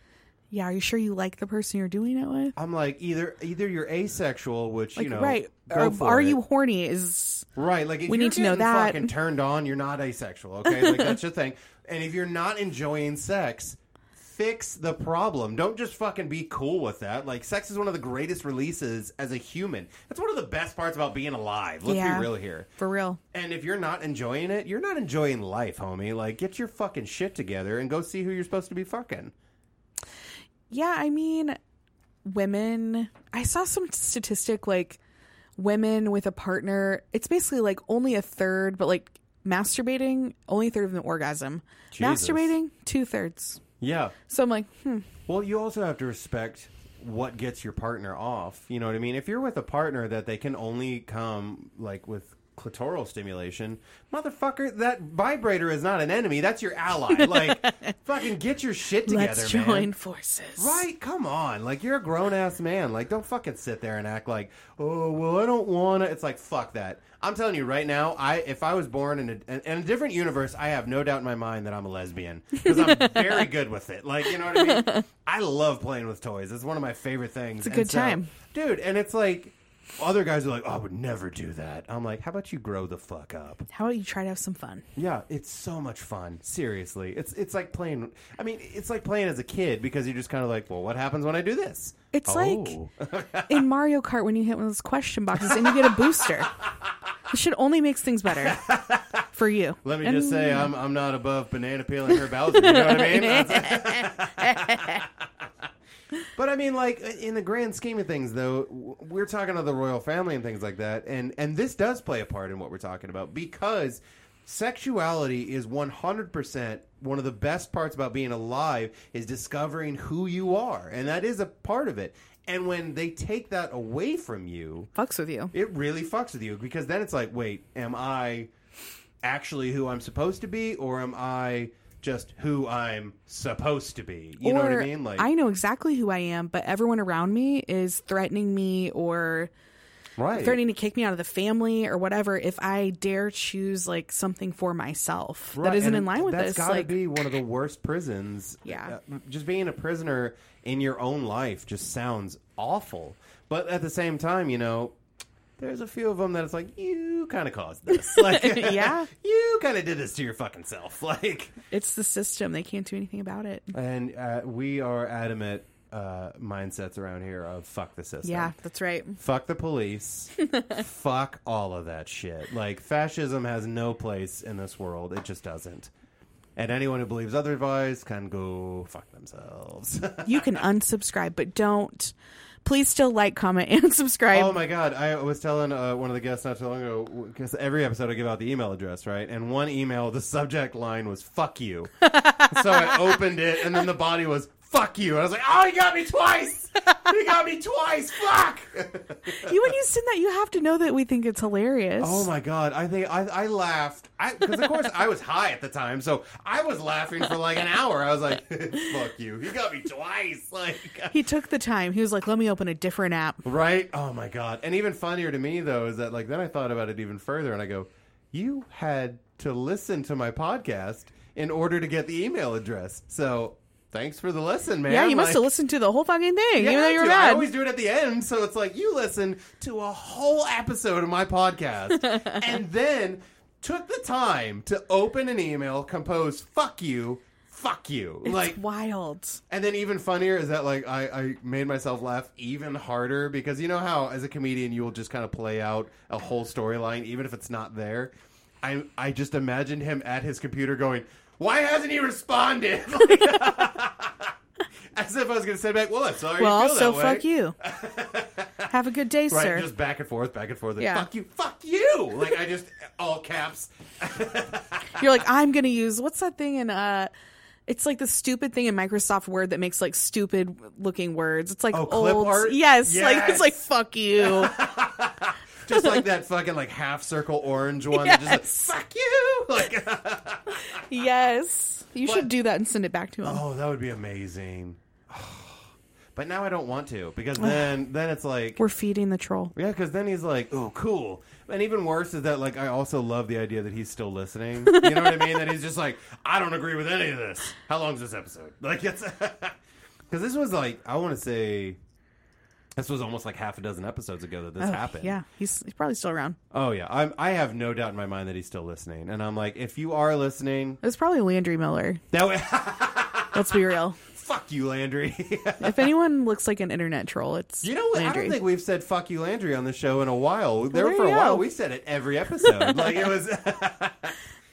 Speaker 2: yeah. Are you sure you like the person you're doing it with?
Speaker 1: I'm like, either either you're asexual, which you know,
Speaker 2: right.
Speaker 1: go
Speaker 2: Or
Speaker 1: for
Speaker 2: are
Speaker 1: it.
Speaker 2: you horny? Is
Speaker 1: Right, like if
Speaker 2: We
Speaker 1: you're
Speaker 2: need to know
Speaker 1: getting
Speaker 2: that.
Speaker 1: fucking turned on, you're not asexual, okay? Like that's your thing. And if you're not enjoying sex, fix the problem. Don't just fucking be cool with that. Like sex is one of the greatest releases as a human. That's one of the best parts about being alive. Let's
Speaker 2: Yeah.
Speaker 1: be real here.
Speaker 2: for real.
Speaker 1: And if you're not enjoying it, you're not enjoying life, homie. Like get your fucking shit together and go see who you're supposed to be fucking.
Speaker 2: Yeah. I mean, women, I saw some statistic like women with a partner, it's basically like only a third, but like masturbating, only a third of an orgasm.
Speaker 1: Jesus.
Speaker 2: Masturbating, two thirds.
Speaker 1: Yeah.
Speaker 2: So I'm like, hmm.
Speaker 1: Well, you also have to respect what gets your partner off. You know what I mean? If you're with a partner that they can only come like with clitoral stimulation, motherfucker, that vibrator is not an enemy. That's your ally. Like, fucking get your shit together,
Speaker 2: Let's
Speaker 1: man.
Speaker 2: join forces.
Speaker 1: Right? Come on. Like, you're a grown ass man. Like, don't fucking sit there and act like, oh, well, I don't want to. It's like, fuck that. I'm telling you right now, I if I was born in a, in a different universe, I have no doubt in my mind that I'm a lesbian because I'm very good with it. Like, you know what I mean? I love playing with toys. It's one of my favorite things. It's
Speaker 2: a good time.
Speaker 1: Dude, and it's like, other guys are like, oh, I would never do that. I'm like, how about you grow the fuck up?
Speaker 2: How about you try to have some fun?
Speaker 1: Yeah, it's so much fun. Seriously, it's it's like playing. I mean, it's like playing as a kid because you're just kind of like, well, what happens when I do this? Oh.
Speaker 2: It's like in Mario Kart when you hit one of those question boxes and you get a booster. This shit only makes things better for you.
Speaker 1: Let me just say, I'm I'm not above banana peel and herb Bowser. You know what I mean? but I mean, like in the grand scheme of things, though, w- we're talking of the royal family and things like that, and and this does play a part in what we're talking about because sexuality is 100 percent one of the best parts about being alive is discovering who you are, and that is a part of it. And when they take that away from you,
Speaker 2: Fucks with you.
Speaker 1: it really fucks with you because then it's like, wait, am I actually who I'm supposed to be, or am I just who I'm supposed to be? You know what I
Speaker 2: Or
Speaker 1: mean? Like,
Speaker 2: I know exactly who I am, but everyone around me is threatening me or
Speaker 1: right?
Speaker 2: threatening to kick me out of the family or whatever if I dare choose like something for myself
Speaker 1: Right,
Speaker 2: that isn't
Speaker 1: and
Speaker 2: in line with
Speaker 1: that's
Speaker 2: this.
Speaker 1: That's got to
Speaker 2: Like,
Speaker 1: be one of the worst prisons.
Speaker 2: Yeah.
Speaker 1: Uh, just being a prisoner in your own life just sounds awful. But at the same time, you know, there's a few of them that it's like you kind of caused this. Like,
Speaker 2: Yeah.
Speaker 1: you kind of did this to your fucking self. Like,
Speaker 2: it's the system; they can't do anything about it.
Speaker 1: And uh, we are adamant uh, mindsets around here of fuck the system.
Speaker 2: Yeah, that's right.
Speaker 1: Fuck the police. fuck all of that shit. Like, fascism has no place in this world. It just doesn't. And anyone who believes otherwise can go fuck themselves.
Speaker 2: You can unsubscribe, but don't. Please still like, comment, and subscribe.
Speaker 1: Oh my god! I was telling uh, one of the guests not too long ago because every episode I give out the email address, right? And one email, the subject line was "fuck you," so I opened it, and then the body was "fuck you." And I was like, "Oh, you got me twice! You got me twice! Fuck!"
Speaker 2: you when you send that, you have to know that we think it's hilarious.
Speaker 1: Oh my god! I think I, I laughed because of course I was high at the time, so I was laughing for like an hour. I was like, "Fuck you! You got me twice!" Like.
Speaker 2: He took the time. He was like, "Let me open a different app."
Speaker 1: Right? Oh my god. And even funnier to me though is that like then I thought about it even further and I go, You had to listen to my podcast in order to get the email address. So thanks for the lesson, man.
Speaker 2: yeah, you must
Speaker 1: Like-
Speaker 2: have listened to the whole fucking thing,
Speaker 1: Yeah,
Speaker 2: even though you were
Speaker 1: I do. I
Speaker 2: mad.
Speaker 1: always do it at the end, so it's like you listened to a whole episode of my podcast and then took the time to open an email, compose fuck you, fuck you. like
Speaker 2: it's wild.
Speaker 1: and then even funnier is that like I, I made myself laugh even harder because you know how as a comedian you will just kind of play out a whole storyline even if it's not there. I I just imagined him at his computer going, "Why hasn't he responded?" As if I was going to say back, "Well, I'm sorry."
Speaker 2: Well,
Speaker 1: you feel
Speaker 2: also
Speaker 1: that way."
Speaker 2: fuck you. have a good day,
Speaker 1: Right,
Speaker 2: sir.
Speaker 1: just back and forth, back and forth. Like,
Speaker 2: Yeah.
Speaker 1: Fuck you, fuck you. Like I just all caps.
Speaker 2: You're like, I'm gonna use what's that thing in uh it's like the stupid thing in Microsoft Word that makes like stupid looking words. It's like
Speaker 1: Oh, clip
Speaker 2: old
Speaker 1: art?
Speaker 2: Yes, like
Speaker 1: Yes.
Speaker 2: it's like fuck you.
Speaker 1: Just like that fucking like half circle orange one that just
Speaker 2: Yes.
Speaker 1: like fuck you. Like
Speaker 2: yes. You should do that and send it back to him.
Speaker 1: Oh, that would be amazing. but now I don't want to because then then it's like
Speaker 2: We're feeding the troll.
Speaker 1: yeah, because then he's like, oh, cool. And even worse is that like I also love the idea that he's still listening. You know what I mean? That he's just like, I don't agree with any of this. How long is this episode? Like it's because this was like I want to say. This was almost like half a dozen episodes ago that this
Speaker 2: Oh,
Speaker 1: happened.
Speaker 2: Yeah, he's, he's probably still around.
Speaker 1: Oh yeah. I'm, I have no doubt in my mind that he's still listening, and I'm like, if you are listening,
Speaker 2: It was probably Landry Miller.
Speaker 1: that way,
Speaker 2: Let's be real.
Speaker 1: fuck you, Landry.
Speaker 2: if anyone looks like an internet troll, it's
Speaker 1: You know what? I
Speaker 2: Landry.
Speaker 1: don't think we've said "fuck you, Landry" on the show in a while. there
Speaker 2: there
Speaker 1: for a
Speaker 2: you
Speaker 1: while,
Speaker 2: go.
Speaker 1: we said it every episode. like it was,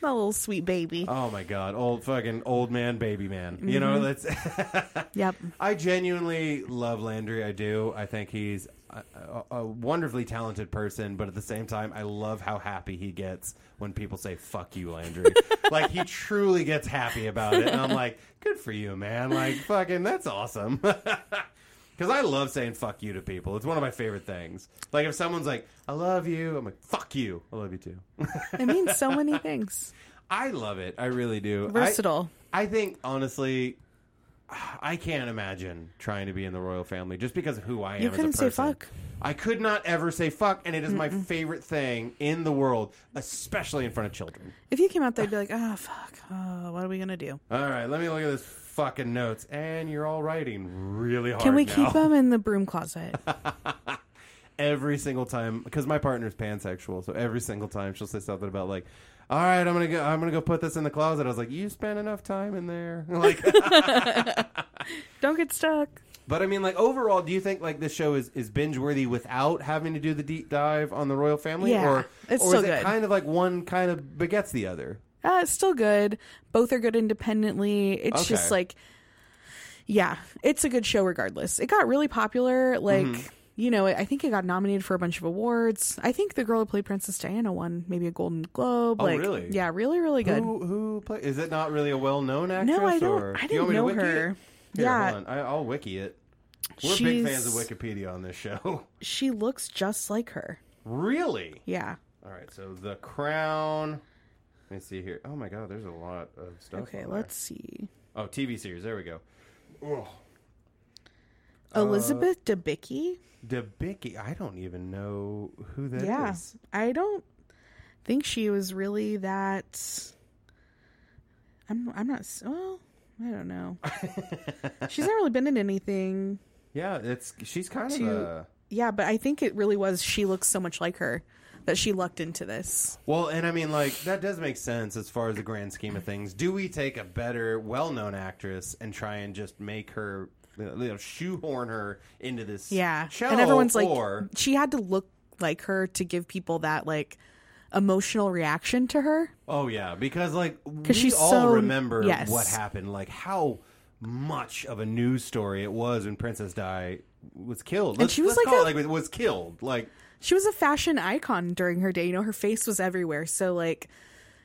Speaker 2: That little sweet baby.
Speaker 1: oh my god, old fucking old man, baby man. You
Speaker 2: Mm-hmm.
Speaker 1: know, that's.
Speaker 2: yep.
Speaker 1: I genuinely love Landry. I do. I think he's a, a, a wonderfully talented person, but at the same time, I love how happy he gets when people say "fuck you, Landry." like he truly gets happy about it, and I'm like, "Good for you, man!" Like fucking, that's awesome. Because I love saying fuck you to people. It's one of my favorite things. Like if someone's like, I love you, I'm like, fuck you. I love you too.
Speaker 2: It means so many things.
Speaker 1: I love it. I really do. I-
Speaker 2: Versatile.
Speaker 1: I think honestly, I can't imagine trying to be in the royal family just because of who I am.
Speaker 2: You
Speaker 1: as a
Speaker 2: couldn't say
Speaker 1: person.
Speaker 2: fuck.
Speaker 1: I could not ever say fuck, and it is my favorite thing in the world, especially in front of children.
Speaker 2: If you came out, they'd be like, "Ah, fuck. Oh, what are we gonna do?
Speaker 1: All right, let me look at this fucking notes, and you're all writing really hard.
Speaker 2: Can we
Speaker 1: now.
Speaker 2: keep them in the broom closet?
Speaker 1: every single time because my partner's pansexual, so every single time she'll say something about like, "All right, I'm gonna go, I'm gonna go put this in the closet." I was like, "You spent enough time in there." Like,
Speaker 2: Don't get stuck."
Speaker 1: but I mean, like overall, do you think like this show is is binge worthy without having to do the deep dive on the royal family,
Speaker 2: Yeah,
Speaker 1: or
Speaker 2: it's
Speaker 1: or
Speaker 2: so
Speaker 1: is it
Speaker 2: good.
Speaker 1: kind of like one kind of begets the other?
Speaker 2: Uh, it's still good. Both are good independently. It's just
Speaker 1: Okay.
Speaker 2: like, yeah, it's a good show regardless. It got really popular. Like,
Speaker 1: Mm-hmm.
Speaker 2: you know, I think it got nominated for a bunch of awards. I think the girl who played Princess Diana won maybe a Golden Globe.
Speaker 1: Oh,
Speaker 2: like,
Speaker 1: really?
Speaker 2: Yeah, really, really good.
Speaker 1: Who who play, is it? Not really a well known actress.
Speaker 2: no, I don't.
Speaker 1: Or,
Speaker 2: I
Speaker 1: do you
Speaker 2: didn't
Speaker 1: want me to
Speaker 2: know
Speaker 1: wiki it?
Speaker 2: her.
Speaker 1: Here,
Speaker 2: yeah,
Speaker 1: hold on. I, I'll wiki it. We're big fans of
Speaker 2: She's-
Speaker 1: Wikipedia on this show.
Speaker 2: she looks just like her.
Speaker 1: really?
Speaker 2: Yeah.
Speaker 1: All right, so the crown. Let me see here. Oh my god, there's a lot of stuff.
Speaker 2: Okay,
Speaker 1: on
Speaker 2: let's see.
Speaker 1: There. Oh, TV series. There we go. Oh, Uh,
Speaker 2: Elizabeth Debicki.
Speaker 1: Debicki. I don't even know who that is.
Speaker 2: Yeah, I don't think she was really that. I'm I'm not s- well. I don't know. She's not really been in anything.
Speaker 1: Yeah, it's she's kind
Speaker 2: To-
Speaker 1: of. Uh,
Speaker 2: Yeah, but I think it really was. She looks so much like her that she lucked into this.
Speaker 1: well, and I mean, like that does make sense as far as the grand scheme of things. Do we take a better, well-known actress and try and just make her, you know, shoehorn her into this?
Speaker 2: Yeah,
Speaker 1: show,
Speaker 2: and everyone's like,
Speaker 1: or
Speaker 2: she had to look like her to give people that like emotional reaction to her.
Speaker 1: Oh yeah, because like we
Speaker 2: 'Cause she's
Speaker 1: all
Speaker 2: so-
Speaker 1: remember
Speaker 2: yes.
Speaker 1: what happened, like how much of a news story it was when Princess Di was killed. Let's,
Speaker 2: she was
Speaker 1: let's
Speaker 2: like
Speaker 1: call
Speaker 2: a-
Speaker 1: it like was killed. Like
Speaker 2: She was a fashion icon during her day. You know, her face was everywhere. So like,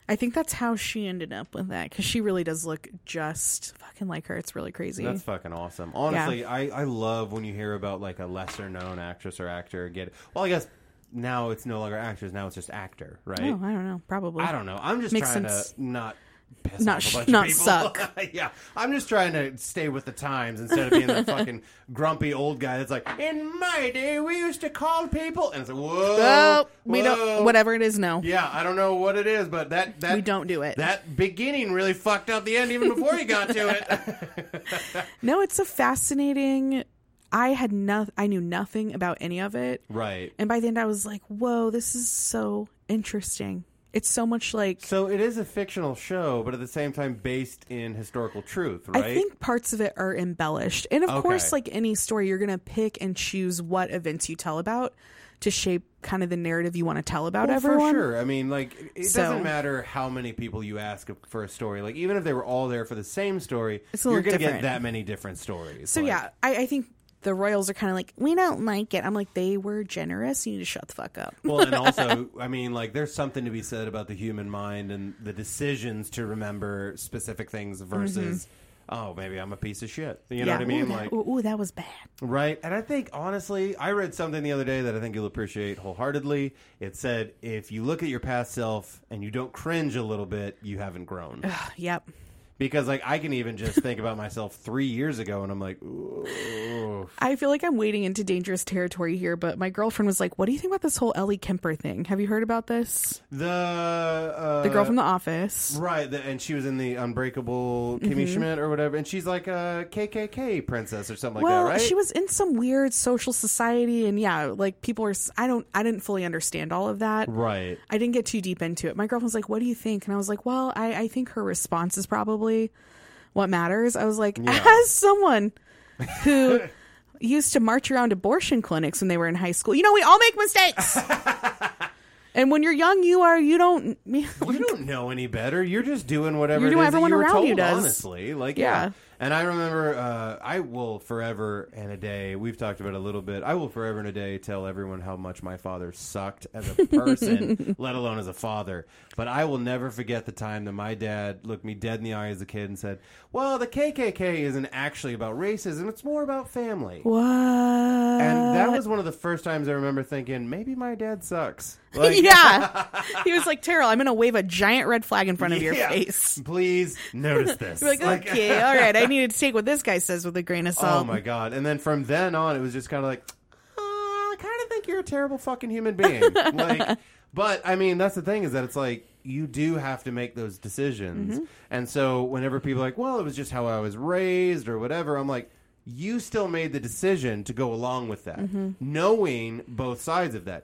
Speaker 2: I think that's how she ended up with that because she really does look just fucking like her. It's really crazy.
Speaker 1: that's fucking awesome. Honestly, I I love when you hear about like a lesser known actress or actor get. Well, I guess now it's no longer actors. Now it's just actor, right?
Speaker 2: oh, I don't know. Probably.
Speaker 1: I don't know. I'm just
Speaker 2: Makes
Speaker 1: trying
Speaker 2: sense.
Speaker 1: to not. Piss
Speaker 2: Not
Speaker 1: off
Speaker 2: sh-
Speaker 1: a bunch
Speaker 2: not
Speaker 1: of people.
Speaker 2: suck.
Speaker 1: yeah, I'm just trying to stay with the times instead of being the fucking grumpy old guy that's like, "In my day, we used to call people," and it's like, "Whoa,
Speaker 2: Well, we
Speaker 1: whoa."
Speaker 2: don't. Whatever it is, no.
Speaker 1: Yeah, I don't know what it is, but that that
Speaker 2: We don't do it.
Speaker 1: That beginning really fucked up the end even before you got to it.
Speaker 2: No, it's a fascinating. I had no. I knew nothing about any of it,
Speaker 1: right.
Speaker 2: and by the end, I was like, "Whoa, this is so interesting." It's so much like
Speaker 1: So it is a fictional show, but at the same time based in historical truth, right?
Speaker 2: I think parts of it are embellished. And of course,
Speaker 1: Okay.
Speaker 2: like any story, you're going to pick and choose what events you tell about to shape kind of the narrative you want to tell about
Speaker 1: Well,
Speaker 2: everyone.
Speaker 1: For sure. I mean, like it
Speaker 2: So-
Speaker 1: doesn't matter how many people you ask for a story. Like even if they were all there for the same story,
Speaker 2: It's a
Speaker 1: you're
Speaker 2: little
Speaker 1: gonna get
Speaker 2: different.
Speaker 1: that many different stories.
Speaker 2: So,
Speaker 1: Like,
Speaker 2: yeah, I, I think the Royals are kind of like, we don't like it. I'm like, they were generous. You need to shut the fuck up.
Speaker 1: well, and also, I mean, like, there's something to be said about the human mind and the decisions to remember specific things versus, oh, maybe I'm a piece of shit. You know
Speaker 2: Mm-hmm. yeah.
Speaker 1: what I mean?
Speaker 2: Ooh,
Speaker 1: like,
Speaker 2: that, ooh, ooh, that was bad.
Speaker 1: Right. And I think, honestly, I read something the other day that I think you'll appreciate wholeheartedly. It said, if you look at your past self and you don't cringe a little bit, you haven't grown.
Speaker 2: Yep.
Speaker 1: because, like, I can even just think about myself three years ago and I'm like, ooh.
Speaker 2: I feel like I'm wading into dangerous territory here, but my girlfriend was like, What do you think about this whole Ellie Kemper thing? Have you heard about this?
Speaker 1: The, uh,
Speaker 2: The girl from The Office.
Speaker 1: Right, the, and she was in the Unbreakable
Speaker 2: Mm-hmm.
Speaker 1: Kimmy Schmidt or whatever, and she's like a KKK princess or something
Speaker 2: well,
Speaker 1: like that, right?
Speaker 2: she was in some weird social society, and yeah, like people are. s- I don't. I didn't fully understand all of that.
Speaker 1: right.
Speaker 2: I didn't get too deep into it. My girlfriend was like, "What do you think?" And I was like, "Well, I, I think her response is probably what matters." I was like, as someone who used to march around abortion clinics when they were in high school, you know, we all make mistakes. and when you're young, you are you don't.
Speaker 1: You don't know any better. You're just doing whatever
Speaker 2: You're
Speaker 1: it
Speaker 2: doing
Speaker 1: is that
Speaker 2: everyone
Speaker 1: you were
Speaker 2: around
Speaker 1: told,
Speaker 2: you does.
Speaker 1: Honestly, like yeah.
Speaker 2: Yeah.
Speaker 1: And I remember, uh, I will forever and a day. We've talked about it a little bit. I will forever and a day tell everyone how much my father sucked as a person, let alone as a father. But I will never forget the time that my dad looked me dead in the eye as a kid and said, "Well, the KKK isn't actually about racism; it's more about family."
Speaker 2: What?
Speaker 1: And uh, that was one of the first times I remember thinking, maybe my dad sucks.
Speaker 2: yeah. He was like, Terrell, I'm going to wave a giant red flag in front of your
Speaker 1: Yeah.
Speaker 2: face.
Speaker 1: Please notice this.
Speaker 2: You're like, Um, okay, all right. I needed to take what this guy says with a grain of salt.
Speaker 1: Oh my god! And then from then on, it was just kind of like, "Uh, I kind of think you're a terrible fucking human being. like, but I mean, that's the thing is that it's like you do have to make those decisions. And so whenever people are like, well, it was just how I was raised or whatever, I'm like. You still made the decision to go along with that, knowing both sides of that.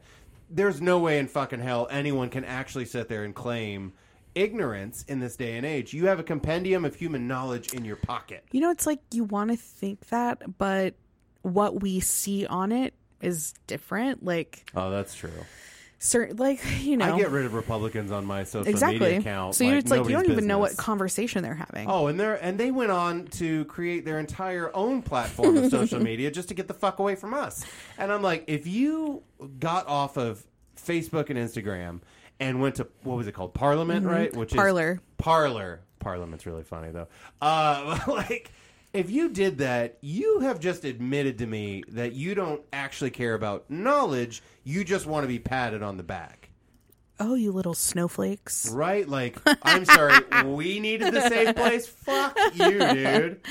Speaker 1: There's no way in fucking hell anyone can actually sit there and claim ignorance in this day and age. You have a compendium of human knowledge in your pocket.
Speaker 2: You know, it's like you want to think that, but what we see on it is different. Like,
Speaker 1: Oh, that's true.
Speaker 2: certain, like, you know.
Speaker 1: I get rid of Republicans on my social
Speaker 2: exactly.
Speaker 1: media account.
Speaker 2: so it's like, you don't
Speaker 1: nobody's
Speaker 2: even know what
Speaker 1: business.
Speaker 2: conversation they're having.
Speaker 1: Oh, and they are and they went on to create their entire own platform of social media just to get the fuck away from us. And I'm like, if you got off of Facebook and Instagram and went to what was it called, Parliament, right? Which
Speaker 2: Mm-hmm. Parler.
Speaker 1: is Parlor. Parliament's really funny though. Uh, like. If you did that, you have just admitted to me that you don't actually care about knowledge. You just want to be patted on the back.
Speaker 2: oh, you little snowflakes.
Speaker 1: Right? Like, I'm sorry, we needed the safe place. Fuck you, dude.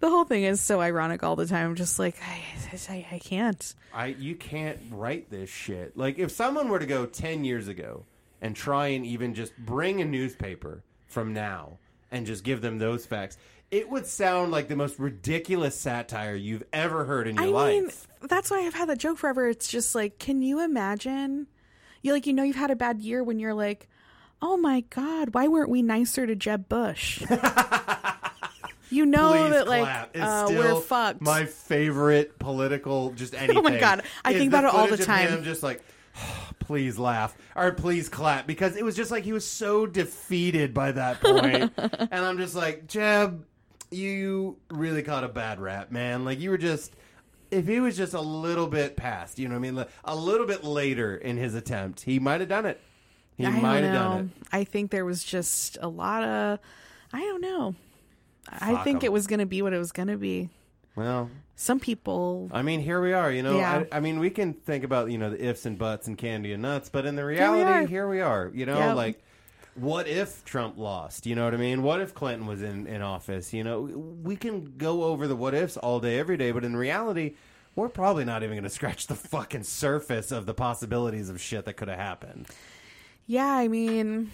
Speaker 2: The whole thing is so ironic all the time. I'm just like, I, I, I can't.
Speaker 1: I you can't write this shit. Like, if someone were to go ten years ago and try and even just bring a newspaper from now and just give them those facts, it would sound like the most ridiculous satire you've ever heard in your
Speaker 2: I
Speaker 1: life.
Speaker 2: mean, that's why I've had that joke forever. It's just like, can you imagine? You like, you know, you've had a bad year when you're like, oh my god, why weren't we nicer to Jeb Bush? you know
Speaker 1: Please clap.
Speaker 2: that like
Speaker 1: It's
Speaker 2: uh,
Speaker 1: still
Speaker 2: we're fucked. Oh
Speaker 1: My favorite political, just anything.
Speaker 2: God. I
Speaker 1: is
Speaker 2: think
Speaker 1: the
Speaker 2: about it all the
Speaker 1: footage of
Speaker 2: time.
Speaker 1: him just like, please laugh or please clap because it was just like he was so defeated by that point, and I'm just like, Jeb, you really caught a bad rap, man. Like you were just. If he was just a little bit past, you know what I mean? Like, A little bit later in his attempt, he might have done it. He
Speaker 2: I
Speaker 1: might
Speaker 2: don't
Speaker 1: have
Speaker 2: know.
Speaker 1: done it.
Speaker 2: I think there was just a lot of, I don't know. I
Speaker 1: Fuck
Speaker 2: think
Speaker 1: 'em.
Speaker 2: it was gonna be what it was gonna be.
Speaker 1: Well,
Speaker 2: Some people,
Speaker 1: I mean, here we are. You know,
Speaker 2: Yeah.
Speaker 1: I, I mean, we can think about you know the ifs and buts and candy and nuts, but in the reality,
Speaker 2: are.
Speaker 1: here we are. you know,
Speaker 2: Yep.
Speaker 1: like what if Trump lost? You know what I mean? What if Clinton was in in office? You know, we can go over the what ifs all day, every day, but in reality. We're probably not even going to scratch the fucking surface of the possibilities of shit that could have happened.
Speaker 2: yeah, I mean.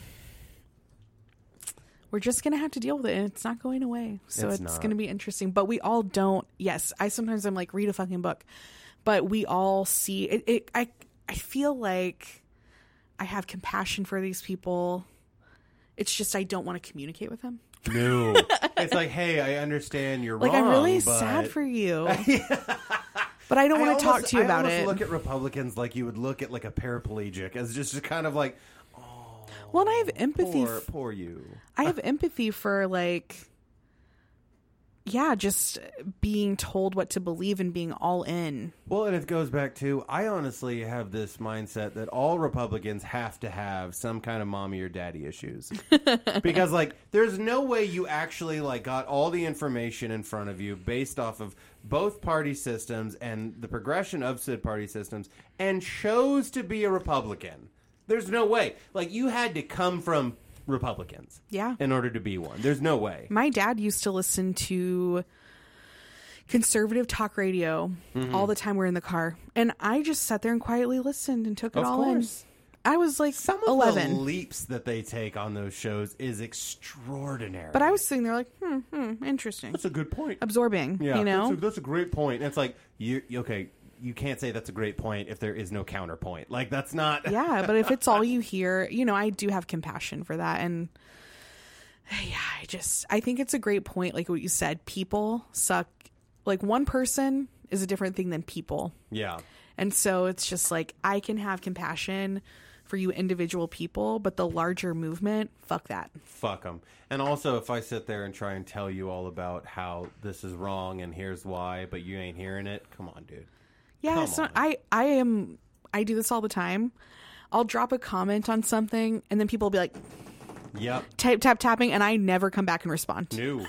Speaker 2: We're just gonna have to deal with it, and it's not going away. So
Speaker 1: It's
Speaker 2: it's,
Speaker 1: not.
Speaker 2: gonna be interesting. But we all don't. Yes, I sometimes I'm like read a fucking book, but we all see it. it I I feel like I have compassion for these people. It's just I don't want to communicate with them.
Speaker 1: No, it's like, hey, I understand you're
Speaker 2: Like
Speaker 1: wrong.
Speaker 2: I'm really
Speaker 1: but
Speaker 2: sad for you, but I don't want
Speaker 1: almost-
Speaker 2: to talk to you
Speaker 1: I
Speaker 2: about
Speaker 1: almost
Speaker 2: it.
Speaker 1: Look at Republicans like you would look at like a paraplegic as just kind of like,
Speaker 2: well, and I have empathy.
Speaker 1: poor,
Speaker 2: f-
Speaker 1: poor you.
Speaker 2: I have empathy for like, yeah, just being told what to believe and being all in.
Speaker 1: Well, and it goes back to I honestly have this mindset that all Republicans have to have some kind of mommy or daddy issues. because like there's no way you actually like got all the information in front of you based off of both party systems and the progression of said party systems and chose to be a Republican. There's no way. Like you had to come from Republicans.
Speaker 2: Yeah.
Speaker 1: In order to be one. There's no way.
Speaker 2: My dad used to listen to conservative talk radio
Speaker 1: Mm-hmm.
Speaker 2: all the time. We're in the car, and I just sat there and quietly listened and took it
Speaker 1: Of
Speaker 2: all
Speaker 1: course.
Speaker 2: in. I was like
Speaker 1: Some of
Speaker 2: eleven,
Speaker 1: the leaps that they take on those shows is extraordinary.
Speaker 2: but I was sitting there like, hmm, hmm interesting,
Speaker 1: That's a good point.
Speaker 2: absorbing.
Speaker 1: Yeah,
Speaker 2: you know,
Speaker 1: that's a, that's a great point. And it's like you you- okay, you can't say that's a great point if there is no counterpoint. Like that's not.
Speaker 2: yeah but if it's all you hear you know i do have compassion for that and yeah i just i think it's a great point like what you said people suck like one person is a different thing than people
Speaker 1: Yeah.
Speaker 2: and so it's just like i can have compassion for you individual people, but the larger movement, fuck that.
Speaker 1: Fuck them. And also, if I sit there and try and tell you all about how this is wrong and here's why, but you ain't hearing it, come on, dude.
Speaker 2: Yeah,
Speaker 1: Come
Speaker 2: it's not,
Speaker 1: on.
Speaker 2: I I am I do this all the time. I'll drop a comment on something and then people will be like
Speaker 1: Yep.
Speaker 2: tap tap tapping and I never come back and respond.
Speaker 1: New.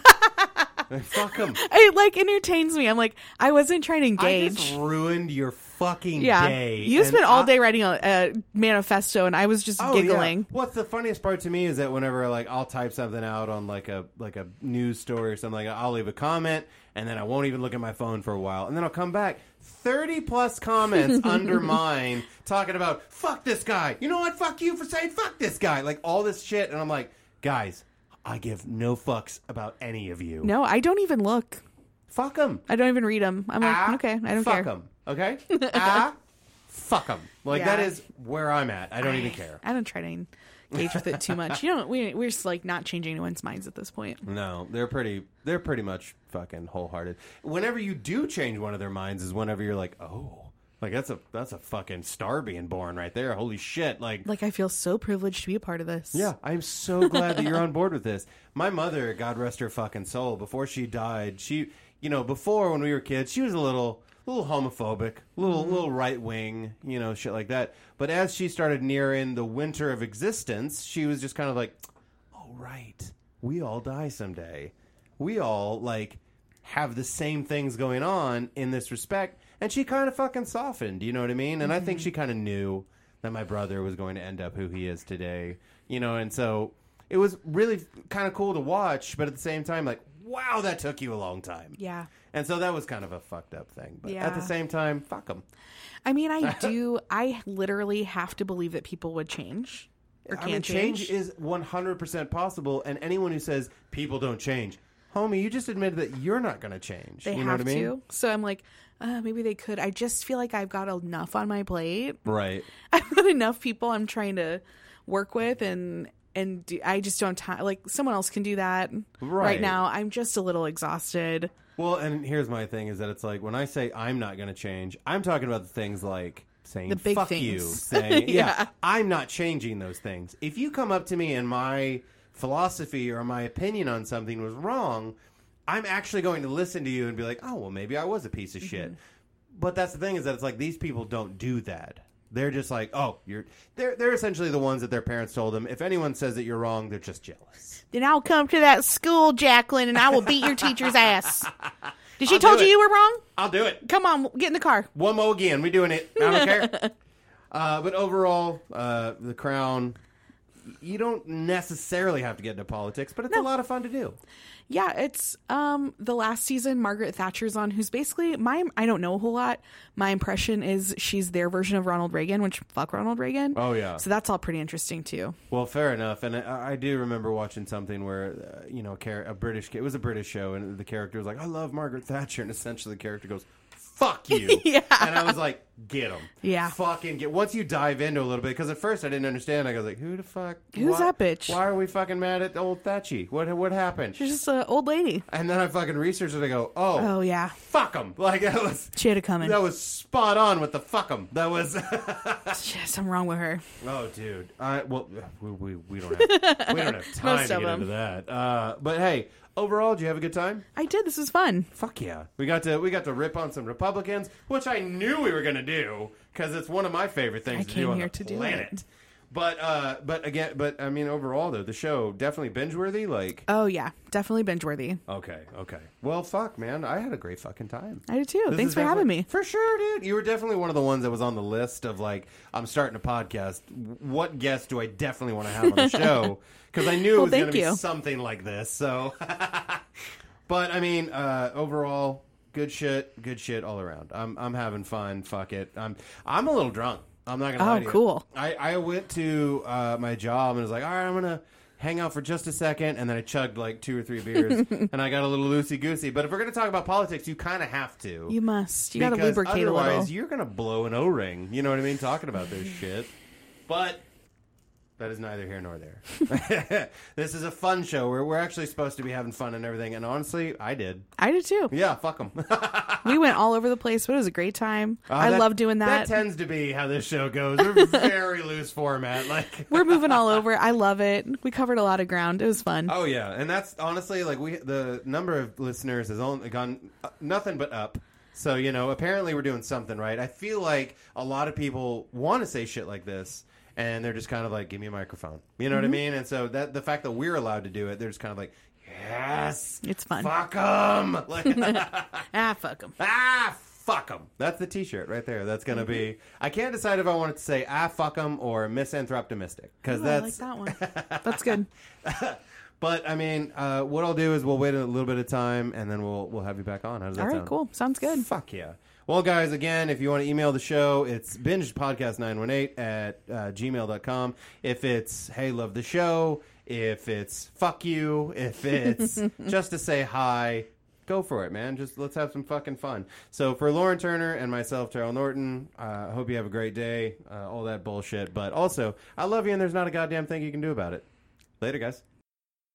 Speaker 1: Fuck them.
Speaker 2: It like entertains me. I'm like I wasn't trying to
Speaker 1: I
Speaker 2: engage.
Speaker 1: just ruined your fucking
Speaker 2: yeah.
Speaker 1: day.
Speaker 2: You
Speaker 1: and
Speaker 2: spent all
Speaker 1: I-
Speaker 2: day writing a, a manifesto and I was just
Speaker 1: Oh, yeah.
Speaker 2: giggling.
Speaker 1: What's the funniest part to me is that whenever like I'll type something out on like a like a news story or something, like I'll leave a comment and then I won't even look at my phone for a while, and then I'll come back. Thirty plus comments under mine talking about fuck this guy. You know what? Fuck you for saying fuck this guy. Like all this shit, and I'm like, guys, I give no fucks about any of you.
Speaker 2: No, I don't even look.
Speaker 1: Fuck them.
Speaker 2: I don't even read them. I'm like,
Speaker 1: Ah,
Speaker 2: okay, I don't
Speaker 1: fuck
Speaker 2: care.
Speaker 1: them. Okay. ah, fuck them. Like
Speaker 2: Yeah.
Speaker 1: that is where I'm at. I don't even care.
Speaker 2: I don't try to engage with it too much. You know, we we're just like not changing anyone's minds at this point.
Speaker 1: No, they're pretty. They're pretty much fucking wholehearted. Whenever you do change one of their minds, is whenever you're like, oh, like that's a that's a fucking star being born right there. Holy shit! Like,
Speaker 2: Like I feel so privileged to be a part of this.
Speaker 1: yeah, I'm so glad that you're on board with this. My mother, God rest her fucking soul, before she died, she, you know, before when we were kids, she was a little. Little homophobic, little little right wing, you know, shit like that. But as she started nearing the winter of existence, she was just kind of like, oh right we all die someday we all like have the same things going on in this respect and she kind of fucking softened you know what i mean and i think
Speaker 2: Mm-hmm.
Speaker 1: she kind of knew that my brother was going to end up who he is today you know and so it was really kind of cool to watch but at the same time like wow that took you a long time
Speaker 2: Yeah.
Speaker 1: and so that was kind of a fucked up thing but at
Speaker 2: Yeah.
Speaker 1: the same time fuck them
Speaker 2: I mean, I do. I literally have to believe that people would change or
Speaker 1: I
Speaker 2: can
Speaker 1: mean,
Speaker 2: change.
Speaker 1: change is 100% possible, and anyone who says people don't change, homie, you just admitted that you're not going to change.
Speaker 2: they
Speaker 1: you know
Speaker 2: have
Speaker 1: what I mean?
Speaker 2: to. So I'm like, uh, maybe they could. I just feel like I've got enough on my plate.
Speaker 1: Right.
Speaker 2: I've got enough people I'm trying to work with, and and do, I just don't have like someone else can do that
Speaker 1: Right.
Speaker 2: now. I'm just a little exhausted.
Speaker 1: Well, and here's my thing is that it's like when I say I'm not going to change, I'm talking about the things like saying
Speaker 2: The big
Speaker 1: fuck
Speaker 2: things.
Speaker 1: you, saying yeah.
Speaker 2: Yeah.
Speaker 1: I'm not changing those things. If you come up to me and my philosophy or my opinion on something was wrong, I'm actually going to listen to you and be like, "Oh, well maybe I was a piece of
Speaker 2: Mm-hmm.
Speaker 1: shit." But that's the thing is that it's like these people don't do that. They're just like, "Oh, you're they're they're essentially the ones that their parents told them, if anyone says that you're wrong, they're just jealous."
Speaker 2: Then I'll come to that school, Jacqueline, and I will beat your teacher's ass. Did she
Speaker 1: I'll do
Speaker 2: told you
Speaker 1: it.
Speaker 2: you were wrong?
Speaker 1: I'll do it.
Speaker 2: Come on, get in the car.
Speaker 1: one more again. We doing it. I don't care. Uh, but overall, uh, the crown. You don't necessarily have to get into politics, but it's a lot of fun to do.
Speaker 2: Yeah, it's um the last season Margaret Thatcher's on who's basically my I don't know a whole lot. My impression is she's their version of Ronald Reagan, which fuck Ronald Reagan.
Speaker 1: Oh, yeah.
Speaker 2: So that's all pretty interesting too.
Speaker 1: Well, fair enough. And I, I do remember watching something where, uh, you know, a, char- a British it was a British show, and the character was like, "I love Margaret Thatcher," and essentially the character goes, "Fuck you,"
Speaker 2: Yeah.
Speaker 1: and I was like, "Get him,
Speaker 2: Yeah.
Speaker 1: fucking get." Once you dive into a little bit, because at first I didn't understand. I was like, "Who the fuck?
Speaker 2: Who's
Speaker 1: why-
Speaker 2: that bitch?"
Speaker 1: Why are we fucking mad at old Thatchy? What what happened?"
Speaker 2: She's just an old lady.
Speaker 1: And then I fucking researched it. I go, oh,
Speaker 2: Oh yeah.
Speaker 1: fuck them. Like that was
Speaker 2: She had it coming.
Speaker 1: that was spot on with the fuck them. That was.
Speaker 2: There's something wrong with her.
Speaker 1: oh, dude. I well, we, we, we don't have we don't have time
Speaker 2: Most
Speaker 1: to
Speaker 2: of
Speaker 1: get
Speaker 2: 'em.
Speaker 1: into that. Uh, but hey, overall, did you have a good time?
Speaker 2: I did, this was fun.
Speaker 1: Fuck yeah. We got to we got to rip on some Republicans, which I knew we were gonna do because it's one of my favorite things
Speaker 2: I
Speaker 1: to
Speaker 2: came
Speaker 1: do on
Speaker 2: here
Speaker 1: the
Speaker 2: to do
Speaker 1: planet.
Speaker 2: it.
Speaker 1: But uh, but again, but I mean, overall though, the show definitely binge worthy. Like,
Speaker 2: Oh yeah. Definitely binge worthy.
Speaker 1: okay, okay. Well, fuck, man, I had a great fucking time.
Speaker 2: I did too.
Speaker 1: This
Speaker 2: Thanks
Speaker 1: is
Speaker 2: for having
Speaker 1: definitely-
Speaker 2: me.
Speaker 1: For sure, dude. You were definitely one of the ones that was on the list of like, I'm starting a podcast. What guest do I definitely want to have on the show? Because I knew it
Speaker 2: Well,
Speaker 1: was going to
Speaker 2: thank
Speaker 1: be
Speaker 2: you.
Speaker 1: something like this. So, but I mean, uh, overall, good shit, good shit all around. I'm I'm having fun. Fuck it. I'm I'm a little drunk. I'm not gonna.
Speaker 2: Oh,
Speaker 1: lie to you.
Speaker 2: cool.
Speaker 1: I I went to uh, my job and was like, all right, I'm gonna. Hang out for just a second, and then I chugged like two or three beers, and I got a little loosey goosey. But if we're going to talk about politics, you kind of have to
Speaker 2: You must. You gotta
Speaker 1: because
Speaker 2: lubricate a
Speaker 1: otherwise
Speaker 2: little.
Speaker 1: you're gonna blow an O-ring. You know what I mean? Talking about this shit, but That is neither here nor there. this is a fun show where we're actually supposed to be having fun and everything. And honestly, I did.
Speaker 2: I did too.
Speaker 1: Yeah, fuck them.
Speaker 2: We went all over the place, but it was a great time. I love doing that.
Speaker 1: Uh, That tends to be how this show goes. We're very loose format. Like,
Speaker 2: We're moving all over. I love it. We covered a lot of ground. It was fun.
Speaker 1: oh yeah, and that's honestly like we the number of listeners has only gone uh, nothing but up. So you know, apparently we're doing something right. I feel like a lot of people want to say shit like this. And they're just kind of like, give me a microphone. You
Speaker 2: Mm-hmm.
Speaker 1: know what I mean? And so that the fact that we're allowed to do it, they're just kind of like, yes,
Speaker 2: It's fun.
Speaker 1: Fuck them.
Speaker 2: Ah, fuck them.
Speaker 1: ah, fuck them. That's the T-shirt right there. That's gonna be.
Speaker 2: Mm-hmm.
Speaker 1: I can't decide if I want it to say ah fuck them or misanthroptimistic because
Speaker 2: Oh, I like
Speaker 1: that's.
Speaker 2: that one. That's good.
Speaker 1: But I mean, uh, what I'll do is we'll wait a little bit of time and then we'll we'll have you back on. How does that
Speaker 2: All right,
Speaker 1: sound?
Speaker 2: cool. Sounds good.
Speaker 1: Fuck yeah. Well, guys, again, if you want to email the show, it's bingepodcast918 at uh, gmail.com. If it's, hey, love the show, if it's, fuck you, if it's just to say hi, go for it, man. Just let's have some fucking fun. So for Lauren Turner and myself, Terrell Norton, I uh, hope you have a great day, uh, all that bullshit. But also, I love you, and there's not a goddamn thing you can do about it. Later, guys.